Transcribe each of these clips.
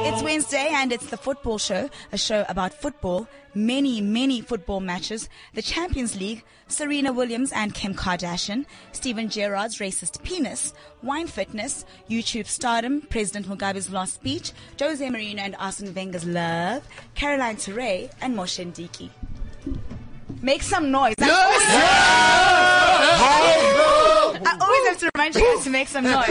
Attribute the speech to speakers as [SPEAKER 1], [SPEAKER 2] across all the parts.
[SPEAKER 1] It's Wednesday and it's the football show, a show about football, many, many football matches, the Champions League, Serena Williams and Kim Kardashian, Stephen Gerrard's racist penis, wine fitness, YouTube stardom, President Mugabe's last speech, Jose Mourinho and Arsene Wenger's love, Caroline Touré and Moshe Ndiki. Make some noise. I always- I always have to remind you guys to make some noise.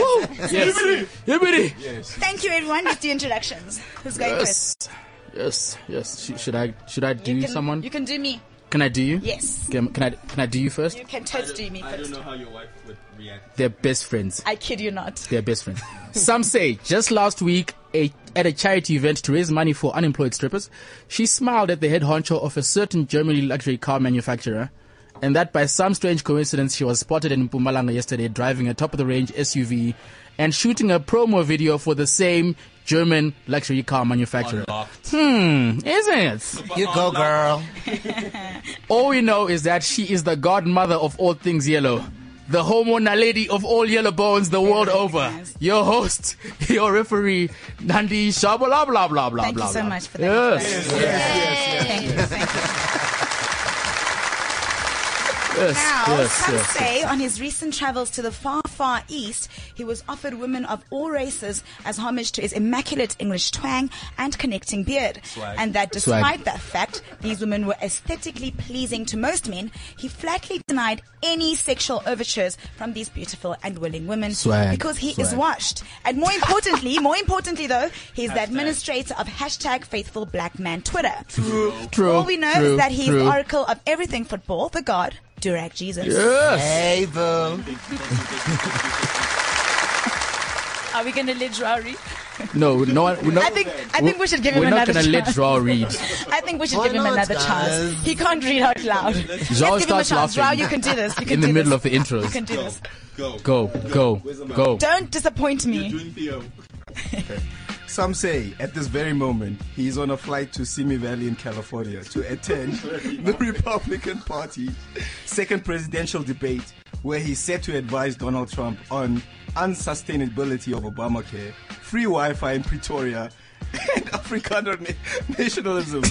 [SPEAKER 2] Yes. Yibbity.
[SPEAKER 1] Thank you everyone. Let's do introductions. Who's going first?
[SPEAKER 2] Yes. Yes. Yes. Sh- Should I? Should I do
[SPEAKER 1] can,
[SPEAKER 2] someone?
[SPEAKER 1] You can do me.
[SPEAKER 2] Can I do you?
[SPEAKER 1] Yes.
[SPEAKER 2] Can, can I? Can I do you first?
[SPEAKER 1] You can toast do me
[SPEAKER 3] I don't
[SPEAKER 1] first.
[SPEAKER 3] know how your wife would react.
[SPEAKER 2] They're best friends.
[SPEAKER 1] I kid you not.
[SPEAKER 2] They're best friends. Some say just last week, a, at a charity event to raise money for unemployed strippers, she smiled at the head honcho of a certain Germany luxury car manufacturer, and that by some strange coincidence, she was spotted in Mpumalanga yesterday driving a top of the range SUV and shooting a promo video for the same German luxury car manufacturer. Isn't it?
[SPEAKER 4] You go, girl.
[SPEAKER 2] All we know is that she is the godmother of all things yellow. The hormonal lady of all yellow bones the world over. Your host, your referee, Nandi Shah, blah, blah, blah, blah,
[SPEAKER 1] Thank
[SPEAKER 2] blah.
[SPEAKER 1] you so
[SPEAKER 2] blah.
[SPEAKER 1] much for that.
[SPEAKER 2] Yes,
[SPEAKER 1] Thank you. Thank you.
[SPEAKER 2] yes,
[SPEAKER 1] Now,
[SPEAKER 2] yes,
[SPEAKER 1] some
[SPEAKER 2] yes.
[SPEAKER 1] say on his recent travels to the far, far east, he was offered women of all races as homage to his immaculate English twang and connecting beard. And that despite
[SPEAKER 2] Swag.
[SPEAKER 1] that fact, these women were aesthetically pleasing to most men, he flatly denied any sexual overtures from these beautiful and willing women
[SPEAKER 2] Swag,
[SPEAKER 1] because he is
[SPEAKER 2] swag.
[SPEAKER 1] washed. And more importantly, more importantly though, he's the administrator of hashtag faithful black man Twitter.
[SPEAKER 2] True,
[SPEAKER 1] All we know
[SPEAKER 2] true,
[SPEAKER 1] is that he's
[SPEAKER 2] true.
[SPEAKER 1] the oracle of everything football, the god, Durag Jesus.
[SPEAKER 2] Yes.
[SPEAKER 4] Hey, boo.
[SPEAKER 1] Are we going to let Joao read?
[SPEAKER 2] No, no one. No,
[SPEAKER 1] I think I think we should give him
[SPEAKER 2] We're not
[SPEAKER 1] another
[SPEAKER 2] going to let
[SPEAKER 1] chance.
[SPEAKER 2] Draw read.
[SPEAKER 1] I think we should
[SPEAKER 4] Why
[SPEAKER 1] give him
[SPEAKER 4] not,
[SPEAKER 1] another chance.
[SPEAKER 4] guys?
[SPEAKER 1] He can't read out loud. Let's give
[SPEAKER 2] Joao
[SPEAKER 1] him a
[SPEAKER 2] starts
[SPEAKER 1] chance. Joao,
[SPEAKER 2] laughing
[SPEAKER 1] you can do this. You can
[SPEAKER 2] in the
[SPEAKER 1] do this.
[SPEAKER 2] middle of the
[SPEAKER 1] You
[SPEAKER 2] intros.
[SPEAKER 1] can do this.
[SPEAKER 3] Go.
[SPEAKER 2] Go, go,
[SPEAKER 3] Where's the mouth?
[SPEAKER 2] go.
[SPEAKER 1] Don't disappoint
[SPEAKER 3] You're
[SPEAKER 1] me.
[SPEAKER 3] doing Theo.
[SPEAKER 5] Some say at this very moment he is on a flight to Simi Valley in California to attend the Republican Party's second presidential debate, where he's set to advise Donald Trump on unsustainability of Obamacare, free Wi-Fi in Pretoria, and Afrikaner na- nationalism,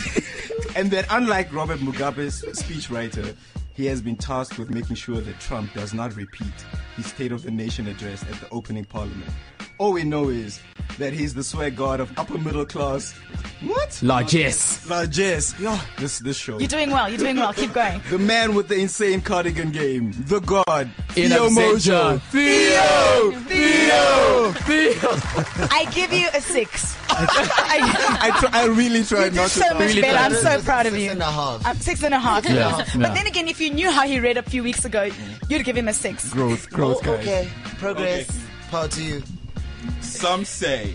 [SPEAKER 5] and that unlike Robert Mugabe's speechwriter. He has been tasked with making sure that Trump does not repeat his State of the Nation address at the opening parliament. All we know is that he's the swear god of upper middle class. What?
[SPEAKER 2] Largesse.
[SPEAKER 5] Largesse. Yo, This this show.
[SPEAKER 1] You're doing well. You're doing well. Keep going.
[SPEAKER 5] The man with the insane cardigan game. The god.
[SPEAKER 2] In
[SPEAKER 5] Theo
[SPEAKER 2] absentia.
[SPEAKER 5] Mojo. Theo! Theo!
[SPEAKER 1] I give you a six. I,
[SPEAKER 5] I, tr- I really
[SPEAKER 1] you
[SPEAKER 5] tried
[SPEAKER 1] did
[SPEAKER 5] not to.
[SPEAKER 1] so much
[SPEAKER 2] Really
[SPEAKER 1] better. I'm
[SPEAKER 2] bad.
[SPEAKER 1] so proud of
[SPEAKER 4] Six
[SPEAKER 1] you.
[SPEAKER 4] and a half.
[SPEAKER 1] Oh, I'm six and a half.
[SPEAKER 2] Yeah, yeah.
[SPEAKER 1] But then again, if you knew how he read a few weeks ago, you'd give him a six.
[SPEAKER 5] growth, growth,
[SPEAKER 4] Oh,
[SPEAKER 5] guys.
[SPEAKER 4] okay. Progress. Power to you.
[SPEAKER 3] Some say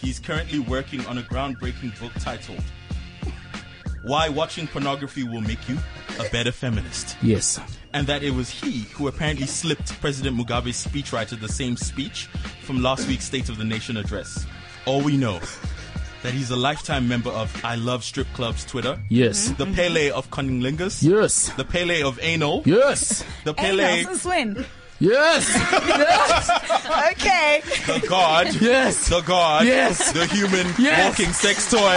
[SPEAKER 3] he's currently working on a groundbreaking book titled Why Watching Pornography Will Make You a Better Feminist.
[SPEAKER 2] Yes.
[SPEAKER 3] And that it was he who apparently slipped President Mugabe's speechwriter the same speech from last week's State of the Nation address. All we know that he's a lifetime member of I Love Strip Club's Twitter.
[SPEAKER 2] Yes.
[SPEAKER 3] The Pele of Cunnilingus.
[SPEAKER 2] Yes.
[SPEAKER 3] The Pele of Anal.
[SPEAKER 2] Yes.
[SPEAKER 3] The
[SPEAKER 1] Hey,
[SPEAKER 3] Pele,
[SPEAKER 1] since when?
[SPEAKER 2] Yes.
[SPEAKER 1] Okay.
[SPEAKER 3] the god.
[SPEAKER 2] Yes.
[SPEAKER 3] The god.
[SPEAKER 2] Yes.
[SPEAKER 3] The human
[SPEAKER 2] Yes.
[SPEAKER 3] walking sex toy.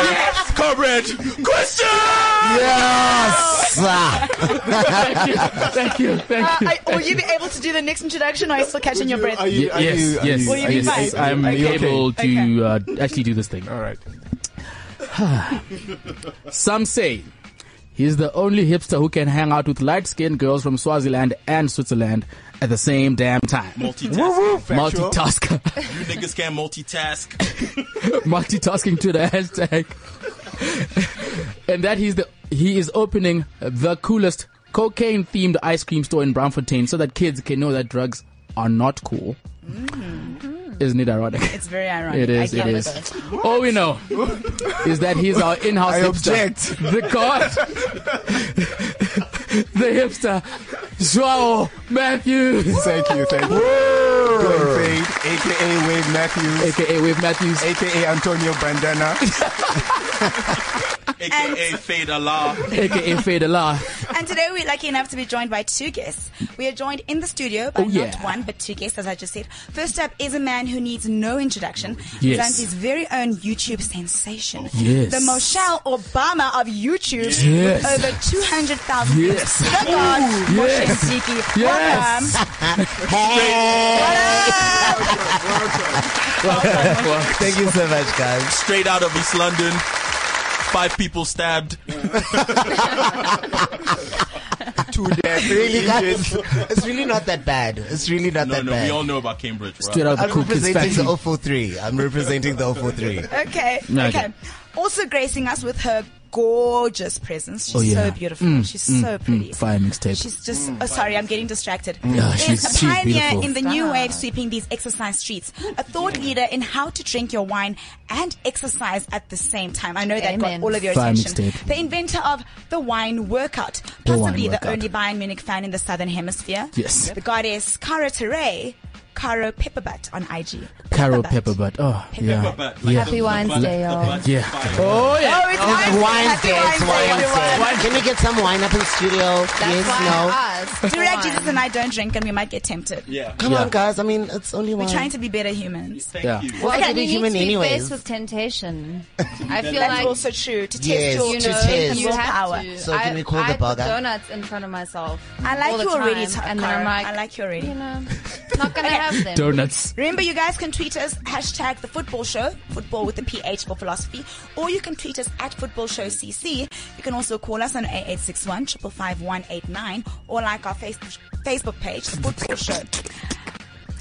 [SPEAKER 3] Comrade Christian!
[SPEAKER 4] Yes! Ah.
[SPEAKER 2] Thank you. Thank you.
[SPEAKER 1] Uh, I, will you be able to do the next introduction, or are you still catching your breath?
[SPEAKER 5] Are you, are
[SPEAKER 2] yes,
[SPEAKER 5] you, are
[SPEAKER 2] yes,
[SPEAKER 5] you,
[SPEAKER 1] Will you
[SPEAKER 2] yes,
[SPEAKER 1] be
[SPEAKER 2] yes,
[SPEAKER 1] fine?
[SPEAKER 2] I'm
[SPEAKER 1] Okay.
[SPEAKER 2] able
[SPEAKER 1] Okay.
[SPEAKER 2] to uh, actually do this thing.
[SPEAKER 5] All right.
[SPEAKER 2] Some say he's the only hipster who can hang out with light-skinned girls from Swaziland and Switzerland at the same damn time.
[SPEAKER 3] Multitasking.
[SPEAKER 5] Factual.
[SPEAKER 2] Multitasker,
[SPEAKER 3] You niggas can multitask.
[SPEAKER 2] multitasking to the hashtag, and that he's the he is opening the coolest cocaine-themed ice cream store in Braamfontein so that kids can know that drugs are not cool. Isn't it ironic?
[SPEAKER 1] Mm-hmm. It's very ironic.
[SPEAKER 2] It is.
[SPEAKER 1] I
[SPEAKER 2] It
[SPEAKER 1] get
[SPEAKER 2] is.
[SPEAKER 1] it.
[SPEAKER 2] All we know is that he's our in-house
[SPEAKER 5] I
[SPEAKER 2] hipster.
[SPEAKER 5] object.
[SPEAKER 2] The god, the hipster, Joao Matthews,
[SPEAKER 5] Thank you, thank you. Going fade, aka Wade Matthews,
[SPEAKER 2] aka Wave Matthews.
[SPEAKER 5] aka Antonio Bandana.
[SPEAKER 3] AKA Fade Allah.
[SPEAKER 2] aka Fade Allah.
[SPEAKER 1] And today we're lucky enough to be joined by two guests. We are joined in the studio by
[SPEAKER 2] Oh, yeah.
[SPEAKER 1] not one but two guests, as I just said. First up is a man who needs no introduction.
[SPEAKER 2] Yes.
[SPEAKER 1] Zanzi's very own YouTube sensation.
[SPEAKER 2] Yes.
[SPEAKER 1] The Michelle Obama of YouTube
[SPEAKER 2] Yes.
[SPEAKER 1] with over 200,000
[SPEAKER 2] Yes.
[SPEAKER 1] views. The God, Moshe
[SPEAKER 2] Yes.
[SPEAKER 1] Ziki.
[SPEAKER 2] Yes.
[SPEAKER 1] Welcome.
[SPEAKER 4] Thank you so much, guys.
[SPEAKER 3] Straight out of East London. Five people stabbed.
[SPEAKER 5] Two dead,
[SPEAKER 4] Really, guys,
[SPEAKER 5] injured.
[SPEAKER 4] it's really not that bad. It's really not
[SPEAKER 3] No,
[SPEAKER 4] that
[SPEAKER 3] no,
[SPEAKER 4] bad.
[SPEAKER 3] we all know about Cambridge. Bro.
[SPEAKER 2] Straight out of
[SPEAKER 4] I'm
[SPEAKER 2] the Cool Kids
[SPEAKER 4] representing the
[SPEAKER 2] Factory.
[SPEAKER 4] 043. I'm representing the 043.
[SPEAKER 1] Okay.
[SPEAKER 2] No,
[SPEAKER 1] okay.
[SPEAKER 2] okay.
[SPEAKER 1] Also gracing us with her gorgeous presence. She's
[SPEAKER 2] Oh, yeah.
[SPEAKER 1] so beautiful. she's so pretty.
[SPEAKER 2] mm, Fire mixtape.
[SPEAKER 1] She's just. Oh, sorry, I'm getting distracted.
[SPEAKER 2] Mm. Yeah,
[SPEAKER 1] Is
[SPEAKER 2] she's-
[SPEAKER 1] a
[SPEAKER 2] she's
[SPEAKER 1] pioneer
[SPEAKER 2] beautiful.
[SPEAKER 1] in the new wave sweeping these exercise streets. A thought leader in how to drink your wine and exercise at the same time. I know that
[SPEAKER 6] Amen.
[SPEAKER 1] got all of your
[SPEAKER 2] Fine
[SPEAKER 1] attention.
[SPEAKER 2] mixtape.
[SPEAKER 1] The inventor of the wine workout,
[SPEAKER 2] The wine
[SPEAKER 1] possibly the,
[SPEAKER 2] workout.
[SPEAKER 1] only Bayern Munich fan in the southern hemisphere.
[SPEAKER 2] Yes.
[SPEAKER 1] The goddess Cara Tere, Caro Pepperbutt on IG.
[SPEAKER 2] Carol
[SPEAKER 1] Pepperbutt.
[SPEAKER 2] Pepperbutt. Oh, yeah.
[SPEAKER 3] But,
[SPEAKER 2] Yeah.
[SPEAKER 6] Happy Wednesday, y'all.
[SPEAKER 2] Yeah.
[SPEAKER 3] Oh.
[SPEAKER 2] Oh, yeah.
[SPEAKER 1] Oh, it's
[SPEAKER 4] It's
[SPEAKER 1] Wednesday. Happy
[SPEAKER 4] Wednesday.
[SPEAKER 1] Wednesday,
[SPEAKER 4] It's
[SPEAKER 1] Ah. everyone.
[SPEAKER 4] Wednesday. Can we get some wine up in studio?
[SPEAKER 6] That's
[SPEAKER 4] yes,
[SPEAKER 6] why
[SPEAKER 4] no.
[SPEAKER 6] us.
[SPEAKER 1] Durag Jesus and I don't drink and we might get tempted.
[SPEAKER 3] Yeah.
[SPEAKER 4] Come
[SPEAKER 2] Yeah.
[SPEAKER 4] on, guys. I mean, it's only
[SPEAKER 1] We're
[SPEAKER 4] wine.
[SPEAKER 1] trying to be better humans.
[SPEAKER 3] Thank
[SPEAKER 2] Yeah.
[SPEAKER 3] you.
[SPEAKER 4] Well,
[SPEAKER 6] Okay,
[SPEAKER 4] to be
[SPEAKER 6] you
[SPEAKER 4] human
[SPEAKER 6] need to be
[SPEAKER 4] anyways.
[SPEAKER 6] faced with temptation. I feel
[SPEAKER 1] That's
[SPEAKER 6] like
[SPEAKER 1] also true. To test
[SPEAKER 4] Yes,
[SPEAKER 1] your
[SPEAKER 6] you
[SPEAKER 4] to
[SPEAKER 6] know
[SPEAKER 4] test.
[SPEAKER 6] you
[SPEAKER 1] your
[SPEAKER 6] have
[SPEAKER 1] power.
[SPEAKER 6] to.
[SPEAKER 4] So can
[SPEAKER 6] I-
[SPEAKER 4] we call
[SPEAKER 6] I
[SPEAKER 4] the
[SPEAKER 6] put
[SPEAKER 4] bugger?
[SPEAKER 6] donuts in front of myself.
[SPEAKER 1] I like
[SPEAKER 6] all the
[SPEAKER 1] you already,
[SPEAKER 6] time,
[SPEAKER 1] Ta-
[SPEAKER 6] and then
[SPEAKER 1] Cara.
[SPEAKER 6] I'm like,
[SPEAKER 1] I like you already.
[SPEAKER 6] you know, not gonna have them.
[SPEAKER 2] Donuts.
[SPEAKER 1] Remember, you guys can tweet us hashtag the football show, football with the PH for philosophy, or you can tweet us at football show CC. You can also call us on 8861 555 189 or like our Facebook, Facebook page, the football show.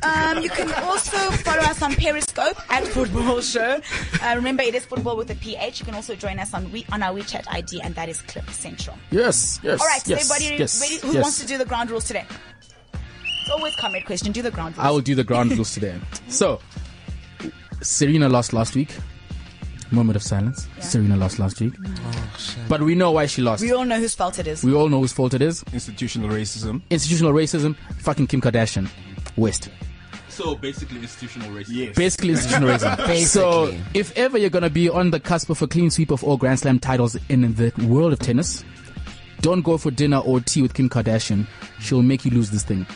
[SPEAKER 1] Um, you can also follow us on Periscope at Football Show. Uh, remember, it is football with a PH. You can also join us on we- on our WeChat ID, and that is Clip Central.
[SPEAKER 2] Yes, yes.
[SPEAKER 1] All right, so
[SPEAKER 2] yes,
[SPEAKER 1] everybody
[SPEAKER 2] yes,
[SPEAKER 1] ready? Who
[SPEAKER 2] yes.
[SPEAKER 1] wants to do the ground rules today? It's always comrade question. Do the ground rules.
[SPEAKER 2] I will do the ground rules today. So, Serena lost last week. Moment of silence. Serena lost last week. But we know why she lost.
[SPEAKER 1] Oh, we all know whose fault it is.
[SPEAKER 2] We all know whose fault it is.
[SPEAKER 5] Institutional racism.
[SPEAKER 2] Institutional racism, fucking Kim Kardashian. West.
[SPEAKER 3] So basically, institutional racism.
[SPEAKER 5] Yes.
[SPEAKER 2] Basically institutional racism. So
[SPEAKER 4] Basically.
[SPEAKER 2] if ever you're gonna be on the cusp of a clean sweep of all Grand Slam titles in the world of tennis, don't go for dinner or tea with Kim Kardashian. She'll make you lose this thing.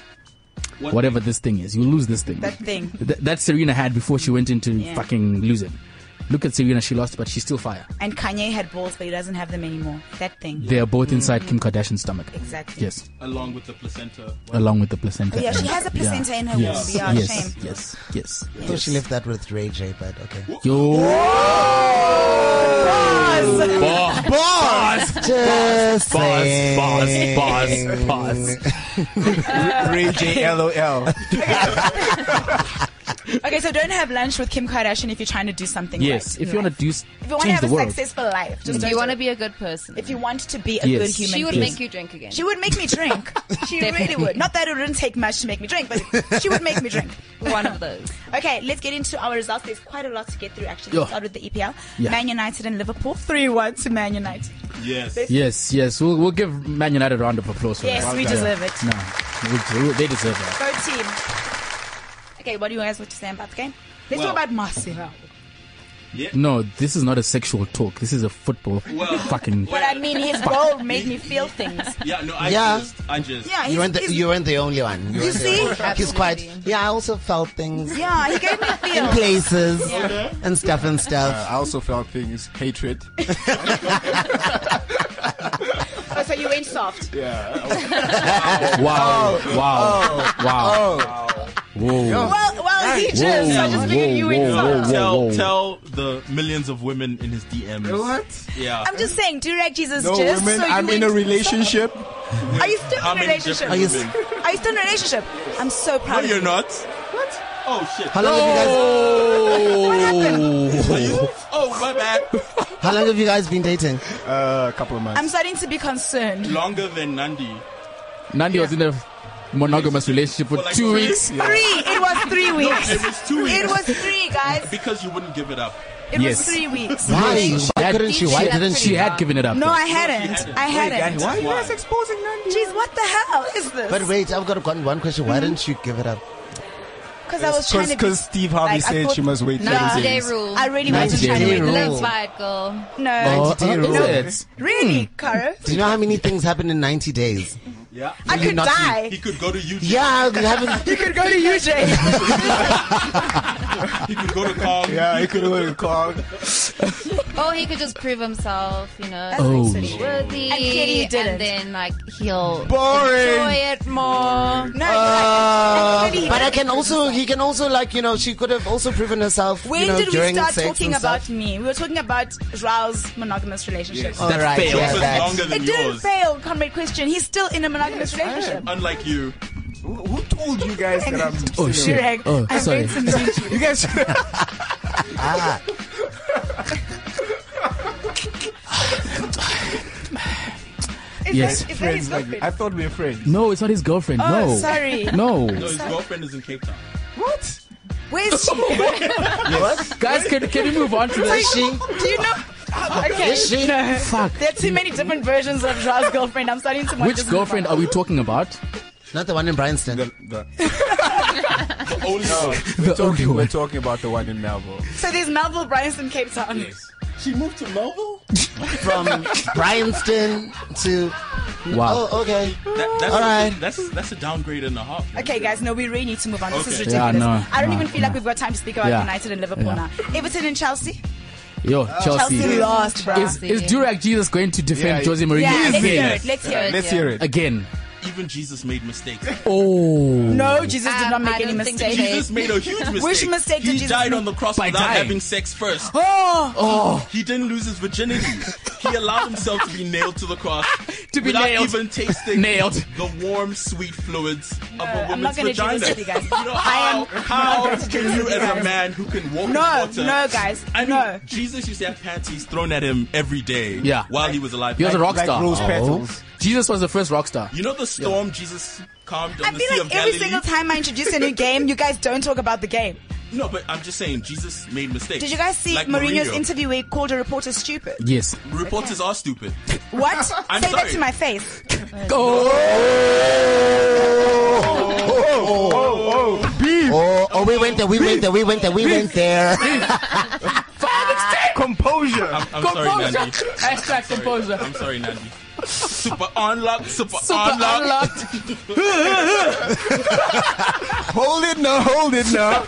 [SPEAKER 3] What-
[SPEAKER 2] Whatever this thing is, you lose this thing.
[SPEAKER 1] That thing.
[SPEAKER 2] Th- that Serena had before she went into fucking losing. Look at Serena, she lost, but she's still fire.
[SPEAKER 1] And Kanye had balls, but he doesn't have them anymore. That thing.
[SPEAKER 2] They are both inside Kim Kardashian's stomach.
[SPEAKER 1] Exactly.
[SPEAKER 2] Yes,
[SPEAKER 3] Along with the placenta.
[SPEAKER 2] along with the placenta.
[SPEAKER 1] Oh, yeah, she
[SPEAKER 2] and-
[SPEAKER 1] has a placenta in her
[SPEAKER 2] Yes,
[SPEAKER 1] womb. Yeah,
[SPEAKER 2] yes,
[SPEAKER 1] shame.
[SPEAKER 2] yes, yes,
[SPEAKER 4] I thought she left that with Ray J, but okay.
[SPEAKER 2] Yo,
[SPEAKER 4] Just saying.
[SPEAKER 5] Ray J LOL.
[SPEAKER 1] Okay, so don't have lunch with Kim Kardashian if you're trying to do something.
[SPEAKER 2] yes.
[SPEAKER 1] right.
[SPEAKER 2] If you want to do, s-
[SPEAKER 1] If you want to
[SPEAKER 2] change
[SPEAKER 1] have
[SPEAKER 2] the
[SPEAKER 1] a
[SPEAKER 2] world.
[SPEAKER 1] successful life, just
[SPEAKER 6] If
[SPEAKER 1] don't
[SPEAKER 6] you want
[SPEAKER 1] do
[SPEAKER 6] to be a good person,
[SPEAKER 1] it. If you want to be a
[SPEAKER 2] Yes.
[SPEAKER 1] good human
[SPEAKER 6] she would
[SPEAKER 1] being.
[SPEAKER 6] make you drink again.
[SPEAKER 1] She would make me drink. she really would. Not that it wouldn't take much to make me drink, but she would make me drink.
[SPEAKER 6] One of those.
[SPEAKER 1] Okay, let's get into our results. There's quite a lot to get through, actually.
[SPEAKER 2] Yeah.
[SPEAKER 1] Let's start with the EPL.
[SPEAKER 2] Yeah.
[SPEAKER 1] Man United and Liverpool, 3 1 to Man United.
[SPEAKER 3] Yes.
[SPEAKER 2] Yes, yes. We'll, we'll give Man United a round of applause for
[SPEAKER 1] Yes,
[SPEAKER 2] that.
[SPEAKER 1] we
[SPEAKER 2] Yeah.
[SPEAKER 1] deserve it.
[SPEAKER 2] No, we- we- they deserve that.
[SPEAKER 1] Go team. Okay, what do you guys want to say about the game? Let's
[SPEAKER 3] Well-
[SPEAKER 1] talk about Marseille.
[SPEAKER 2] No, this is not a sexual talk. This is a football
[SPEAKER 3] Well-
[SPEAKER 2] fucking.
[SPEAKER 1] But I mean, his goal made me feel things.
[SPEAKER 3] Yeah, no, I
[SPEAKER 4] Yeah.
[SPEAKER 3] just, I just.
[SPEAKER 1] Yeah,
[SPEAKER 4] You
[SPEAKER 1] he's-
[SPEAKER 4] weren't the,
[SPEAKER 1] he's-
[SPEAKER 4] you weren't the only one. You
[SPEAKER 1] You
[SPEAKER 4] weren't the
[SPEAKER 1] see?
[SPEAKER 4] only one. He's quite.
[SPEAKER 6] Absolutely.
[SPEAKER 4] Yeah, I also felt things
[SPEAKER 1] yeah, he gave me a
[SPEAKER 4] in
[SPEAKER 1] feel.
[SPEAKER 4] places and stuff and stuff.
[SPEAKER 5] Uh, I also felt things, hatred.
[SPEAKER 1] Oh, so you went soft.
[SPEAKER 4] Oh.
[SPEAKER 2] Wow! Wow! Wow! Whoa!
[SPEAKER 1] Well, well, he just. So I just figured you went soft.
[SPEAKER 3] Tell,
[SPEAKER 2] whoa.
[SPEAKER 3] tell the millions of women in his DMs.
[SPEAKER 5] What?
[SPEAKER 3] Yeah.
[SPEAKER 1] I'm just saying, Durag Jesus
[SPEAKER 5] No
[SPEAKER 1] just.
[SPEAKER 5] women.
[SPEAKER 1] so you
[SPEAKER 5] I'm in a
[SPEAKER 1] went-
[SPEAKER 5] relationship.
[SPEAKER 1] Are you still
[SPEAKER 3] How
[SPEAKER 1] in a
[SPEAKER 3] many
[SPEAKER 1] relationship?
[SPEAKER 3] different
[SPEAKER 1] Are you,
[SPEAKER 3] women?
[SPEAKER 1] still in a relationship? I'm so
[SPEAKER 3] No,
[SPEAKER 1] proud of
[SPEAKER 3] you're
[SPEAKER 1] you.
[SPEAKER 3] not. What? Oh shit.
[SPEAKER 4] How long have
[SPEAKER 1] What happened?
[SPEAKER 3] Oh my bad.
[SPEAKER 4] you guys? How long have you guys been dating?
[SPEAKER 5] Uh, a couple of months.
[SPEAKER 1] I'm starting to be concerned.
[SPEAKER 3] Longer than Nandi.
[SPEAKER 2] Um, Nandi was in the monogamous relationship for
[SPEAKER 3] For like
[SPEAKER 2] two
[SPEAKER 3] three-
[SPEAKER 2] weeks.
[SPEAKER 1] Three. It was three weeks.
[SPEAKER 3] it was two
[SPEAKER 1] It
[SPEAKER 3] weeks.
[SPEAKER 1] was three, guys.
[SPEAKER 3] Because you wouldn't give it up.
[SPEAKER 1] It
[SPEAKER 2] Yes.
[SPEAKER 1] was three weeks.
[SPEAKER 4] Why? Why
[SPEAKER 2] That-
[SPEAKER 4] couldn't she? Why
[SPEAKER 6] That's
[SPEAKER 4] didn't
[SPEAKER 6] pretty
[SPEAKER 2] She
[SPEAKER 4] she?
[SPEAKER 2] had given it up.
[SPEAKER 1] No,
[SPEAKER 2] though.
[SPEAKER 1] I hadn't. I hadn't.
[SPEAKER 5] Why are you
[SPEAKER 3] Why?
[SPEAKER 5] guys exposing Nandi?
[SPEAKER 1] Jeez, what the hell is
[SPEAKER 4] But
[SPEAKER 1] this?
[SPEAKER 4] wait, I've got one- one question. Why didn't you give it up?
[SPEAKER 1] Because I was trying to.
[SPEAKER 5] Because
[SPEAKER 1] be-
[SPEAKER 5] Steve Harvey
[SPEAKER 1] like, I
[SPEAKER 5] said
[SPEAKER 1] thought-
[SPEAKER 5] she must wait
[SPEAKER 1] Nah.
[SPEAKER 5] 30
[SPEAKER 1] Ninety
[SPEAKER 6] Day
[SPEAKER 5] days.
[SPEAKER 6] rule.
[SPEAKER 1] I really wasn't
[SPEAKER 4] Ninety
[SPEAKER 1] trying to
[SPEAKER 4] day
[SPEAKER 1] wait.
[SPEAKER 4] rule.
[SPEAKER 6] Live by it, girl.
[SPEAKER 1] No,
[SPEAKER 4] Oh,
[SPEAKER 2] Is it?
[SPEAKER 4] no.
[SPEAKER 1] really, Caro.
[SPEAKER 4] Do you know how many things happen in 90 days?
[SPEAKER 3] Yeah.
[SPEAKER 1] I could
[SPEAKER 4] not-
[SPEAKER 3] He
[SPEAKER 1] die.
[SPEAKER 3] could go to YouTube.
[SPEAKER 4] Yeah, we haven't.
[SPEAKER 1] You could go to UJ.
[SPEAKER 3] He could go to Kong.
[SPEAKER 5] Yeah, he could have called.
[SPEAKER 6] Oh, he could just prove himself, you know.
[SPEAKER 2] Oh.
[SPEAKER 6] Worthy,
[SPEAKER 1] And clearly he didn't.
[SPEAKER 6] and then like he'll enjoy
[SPEAKER 5] Boring.
[SPEAKER 6] it more.
[SPEAKER 1] No,
[SPEAKER 4] Uh,
[SPEAKER 1] Everybody
[SPEAKER 4] but I
[SPEAKER 1] hated
[SPEAKER 4] can
[SPEAKER 1] him.
[SPEAKER 4] also, he can also like, you know, she could have also proven herself.
[SPEAKER 1] When
[SPEAKER 4] you know,
[SPEAKER 1] did we
[SPEAKER 4] during
[SPEAKER 1] start
[SPEAKER 4] sex
[SPEAKER 1] talking
[SPEAKER 4] and stuff.
[SPEAKER 1] about me? We were talking about Raoul's monogamous relationship.
[SPEAKER 3] Yes.
[SPEAKER 4] All
[SPEAKER 2] That
[SPEAKER 4] right,
[SPEAKER 2] failed.
[SPEAKER 4] yeah,
[SPEAKER 3] It was
[SPEAKER 4] that-
[SPEAKER 3] longer than
[SPEAKER 1] It didn't
[SPEAKER 3] yours.
[SPEAKER 1] fail, Comrade Christian. He's still in a monogamous relationship.
[SPEAKER 3] Unlike you.
[SPEAKER 5] Who, who told you guys that I'm
[SPEAKER 2] Oh shit!
[SPEAKER 1] Shirek,
[SPEAKER 2] Oh,
[SPEAKER 1] I'm
[SPEAKER 2] sorry.
[SPEAKER 1] going to meet you.
[SPEAKER 5] You guys
[SPEAKER 4] Ah.
[SPEAKER 1] Is that,
[SPEAKER 2] Yes.
[SPEAKER 1] is that his
[SPEAKER 5] friends like
[SPEAKER 1] girlfriend?
[SPEAKER 5] me. I thought we were friends.
[SPEAKER 2] No, it's not his girlfriend.
[SPEAKER 1] Oh,
[SPEAKER 2] no,
[SPEAKER 1] sorry.
[SPEAKER 3] No,
[SPEAKER 2] no.
[SPEAKER 3] his girlfriend is in Cape Town.
[SPEAKER 5] What?
[SPEAKER 1] Where's she?
[SPEAKER 2] Guys, can can we move on to
[SPEAKER 4] Is
[SPEAKER 2] this?
[SPEAKER 4] she?
[SPEAKER 1] Do you know? Okay.
[SPEAKER 4] Is she?
[SPEAKER 2] Fuck.
[SPEAKER 1] There are too many different versions of Ra's girlfriend. I'm starting to
[SPEAKER 2] Which girlfriend are we talking about?
[SPEAKER 4] Not the one in Bryanston.
[SPEAKER 5] The, the,
[SPEAKER 3] The only one.
[SPEAKER 2] The only
[SPEAKER 5] we're
[SPEAKER 2] one.
[SPEAKER 5] talking about the one in Melbourne.
[SPEAKER 1] So there's Melville Bryanston, Cape Town.
[SPEAKER 3] She moved to Melville?
[SPEAKER 4] From Bryanston to.
[SPEAKER 2] Wow.
[SPEAKER 4] Oh, okay.
[SPEAKER 3] That, that's,
[SPEAKER 4] All right.
[SPEAKER 3] that's, that's a downgrade and a half. man.
[SPEAKER 1] Okay, guys, no, we really need to move on. This is
[SPEAKER 3] Okay.
[SPEAKER 1] ridiculous.
[SPEAKER 2] Yeah, no,
[SPEAKER 1] I don't
[SPEAKER 2] no,
[SPEAKER 1] even feel like we've got time to speak about
[SPEAKER 2] Yeah.
[SPEAKER 1] United and Liverpool
[SPEAKER 2] Yeah.
[SPEAKER 1] now. Everton and Chelsea.
[SPEAKER 2] Yo,
[SPEAKER 1] Chelsea
[SPEAKER 2] Chelsea.
[SPEAKER 1] lost, bro.
[SPEAKER 2] Is is Durag Jesus going to defend
[SPEAKER 5] Yeah,
[SPEAKER 2] Jose
[SPEAKER 1] yeah,
[SPEAKER 2] Mourinho
[SPEAKER 1] let's hear
[SPEAKER 2] again?
[SPEAKER 1] it. Let's hear it.
[SPEAKER 5] Let's hear it.
[SPEAKER 2] Again.
[SPEAKER 3] Even Jesus made mistakes.
[SPEAKER 2] Oh.
[SPEAKER 1] No, Jesus did
[SPEAKER 6] Um,
[SPEAKER 1] not make
[SPEAKER 6] I
[SPEAKER 1] any
[SPEAKER 6] don't think he
[SPEAKER 1] mistakes.
[SPEAKER 6] did.
[SPEAKER 3] Jesus made a huge mistake.
[SPEAKER 1] Which mistake did
[SPEAKER 3] he
[SPEAKER 1] Jesus
[SPEAKER 3] died
[SPEAKER 1] make?
[SPEAKER 3] on the cross
[SPEAKER 2] By
[SPEAKER 3] without
[SPEAKER 2] dying.
[SPEAKER 3] having sex first.
[SPEAKER 1] Oh,
[SPEAKER 3] He didn't lose his virginity. he allowed himself to be nailed to the cross
[SPEAKER 2] To be
[SPEAKER 3] without
[SPEAKER 2] nailed.
[SPEAKER 3] even tasting
[SPEAKER 2] Nailed.
[SPEAKER 3] the warm, sweet fluids of a woman's
[SPEAKER 1] I'm not gonna do
[SPEAKER 3] vagina.
[SPEAKER 1] this with you guys.
[SPEAKER 3] know,
[SPEAKER 1] I am
[SPEAKER 3] how, how
[SPEAKER 1] not gonna do
[SPEAKER 3] can
[SPEAKER 1] this
[SPEAKER 3] you,
[SPEAKER 1] with you
[SPEAKER 3] as a
[SPEAKER 1] guys.
[SPEAKER 3] man who can walk
[SPEAKER 1] No,
[SPEAKER 3] in water,
[SPEAKER 1] no, guys,
[SPEAKER 3] I mean,
[SPEAKER 1] no.
[SPEAKER 3] Jesus used to have panties thrown at him every day.
[SPEAKER 2] Yeah.
[SPEAKER 3] while he was alive.
[SPEAKER 2] He was a rock
[SPEAKER 5] Like
[SPEAKER 2] star.
[SPEAKER 5] rose petals.
[SPEAKER 2] Jesus was the first rock star.
[SPEAKER 3] You know the storm Jesus calmed on
[SPEAKER 1] I
[SPEAKER 3] the Sea
[SPEAKER 1] feel
[SPEAKER 3] of
[SPEAKER 1] like every
[SPEAKER 3] Galilee.
[SPEAKER 1] single time I introduce a new game, you guys don't talk about the game.
[SPEAKER 3] No, but I'm just saying Jesus made mistakes.
[SPEAKER 1] Did you guys see
[SPEAKER 3] like
[SPEAKER 1] Mourinho's
[SPEAKER 3] Mourinho.
[SPEAKER 1] interview where he called a reporter stupid?
[SPEAKER 2] Yes.
[SPEAKER 3] Reporters are stupid.
[SPEAKER 1] What?
[SPEAKER 3] I'm
[SPEAKER 1] Say that
[SPEAKER 3] sorry.
[SPEAKER 1] to my face.
[SPEAKER 4] Oh, oh, we went there. We went there. We went there. We went there.
[SPEAKER 5] Composure.
[SPEAKER 3] I'm sorry, Nandi.
[SPEAKER 2] Hashtag composure.
[SPEAKER 3] I'm sorry, Nandi. Super unlocked. Super,
[SPEAKER 2] Super
[SPEAKER 3] unlocked.
[SPEAKER 2] unlocked.
[SPEAKER 5] hold it now, hold it now.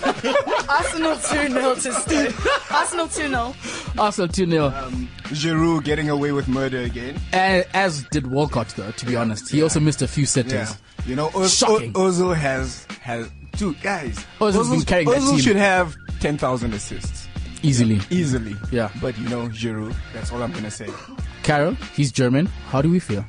[SPEAKER 1] Arsenal 2 0 to Steve. Arsenal 2 0.
[SPEAKER 2] Arsenal 2 0.
[SPEAKER 5] Um, Giroud getting away with murder again.
[SPEAKER 2] As did Walcott, though, to be honest. He also missed a few
[SPEAKER 5] Yeah.
[SPEAKER 2] sitters.
[SPEAKER 5] You know, Oz- o-
[SPEAKER 2] Shocking.
[SPEAKER 5] Ozil has has dude guys.
[SPEAKER 2] Ozil's been carrying that
[SPEAKER 5] Ozil
[SPEAKER 2] team.
[SPEAKER 5] should have ten thousand assists
[SPEAKER 2] Easily.
[SPEAKER 5] easily.
[SPEAKER 2] Yeah.
[SPEAKER 5] But you know, Giroud. That's all I'm gonna say.
[SPEAKER 2] Carol, he's German. How do we feel?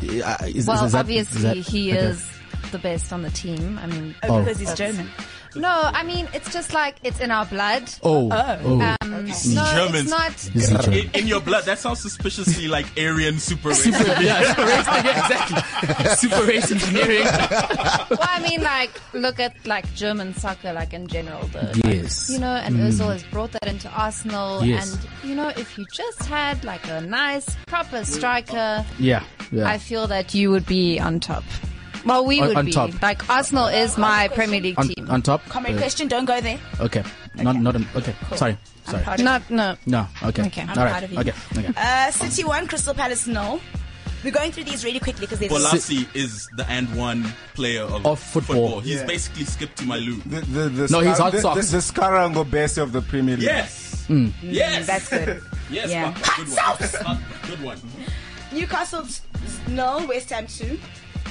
[SPEAKER 2] Yeah, is- is-
[SPEAKER 6] Well,
[SPEAKER 2] is that- is
[SPEAKER 6] obviously
[SPEAKER 2] that-
[SPEAKER 6] he
[SPEAKER 2] okay.
[SPEAKER 6] is the best on the team. I mean,
[SPEAKER 1] Oh, because he's German.
[SPEAKER 6] no, I mean it's just like it's in our blood.
[SPEAKER 2] Oh, oh.
[SPEAKER 6] Um, no,
[SPEAKER 3] Germans.
[SPEAKER 6] it's not.
[SPEAKER 2] He's German.
[SPEAKER 3] In, in your blood, that sounds suspiciously like Aryan super race.
[SPEAKER 2] yeah, super race, yeah, exactly. Super race engineering.
[SPEAKER 6] Well, I mean, like look at like German soccer, like in general, though.
[SPEAKER 2] Yes. Mm.
[SPEAKER 6] You know, and Özil has brought that into Arsenal.
[SPEAKER 2] Yes.
[SPEAKER 6] And you know, if you just had like a nice proper striker,
[SPEAKER 2] Yeah. Yeah.
[SPEAKER 6] I feel that you would be on top. Well, we
[SPEAKER 2] On-
[SPEAKER 6] would
[SPEAKER 2] on
[SPEAKER 6] be.
[SPEAKER 2] top.
[SPEAKER 6] Like Arsenal is my Premier League
[SPEAKER 2] on,
[SPEAKER 6] team.
[SPEAKER 2] on top.
[SPEAKER 1] Comrade
[SPEAKER 2] Uh,
[SPEAKER 1] Christian, don't go there.
[SPEAKER 2] okay. Not not an, okay. Sorry. Sorry.
[SPEAKER 1] proud of
[SPEAKER 6] Not no.
[SPEAKER 2] No. Okay.
[SPEAKER 6] Okay, I'm
[SPEAKER 2] All
[SPEAKER 1] proud
[SPEAKER 2] right.
[SPEAKER 1] of you.
[SPEAKER 2] Okay. Okay.
[SPEAKER 1] Uh, City 1, Crystal Palace, no. We're going through these really quickly because there's.
[SPEAKER 3] Bolasi is the and one player of,
[SPEAKER 2] Of football.
[SPEAKER 3] He's
[SPEAKER 5] Yeah.
[SPEAKER 3] basically skipped to my loop.
[SPEAKER 5] The the, the
[SPEAKER 2] No, he's hot
[SPEAKER 5] the,
[SPEAKER 2] socks. Mm.
[SPEAKER 5] The, the Scarango best of the Premier League.
[SPEAKER 3] Yes. Yes.
[SPEAKER 1] Mm, That's good.
[SPEAKER 3] yes.
[SPEAKER 1] yeah.
[SPEAKER 3] Papa, Good one. Papa, Good one.
[SPEAKER 1] Newcastle, no. West Ham, 2.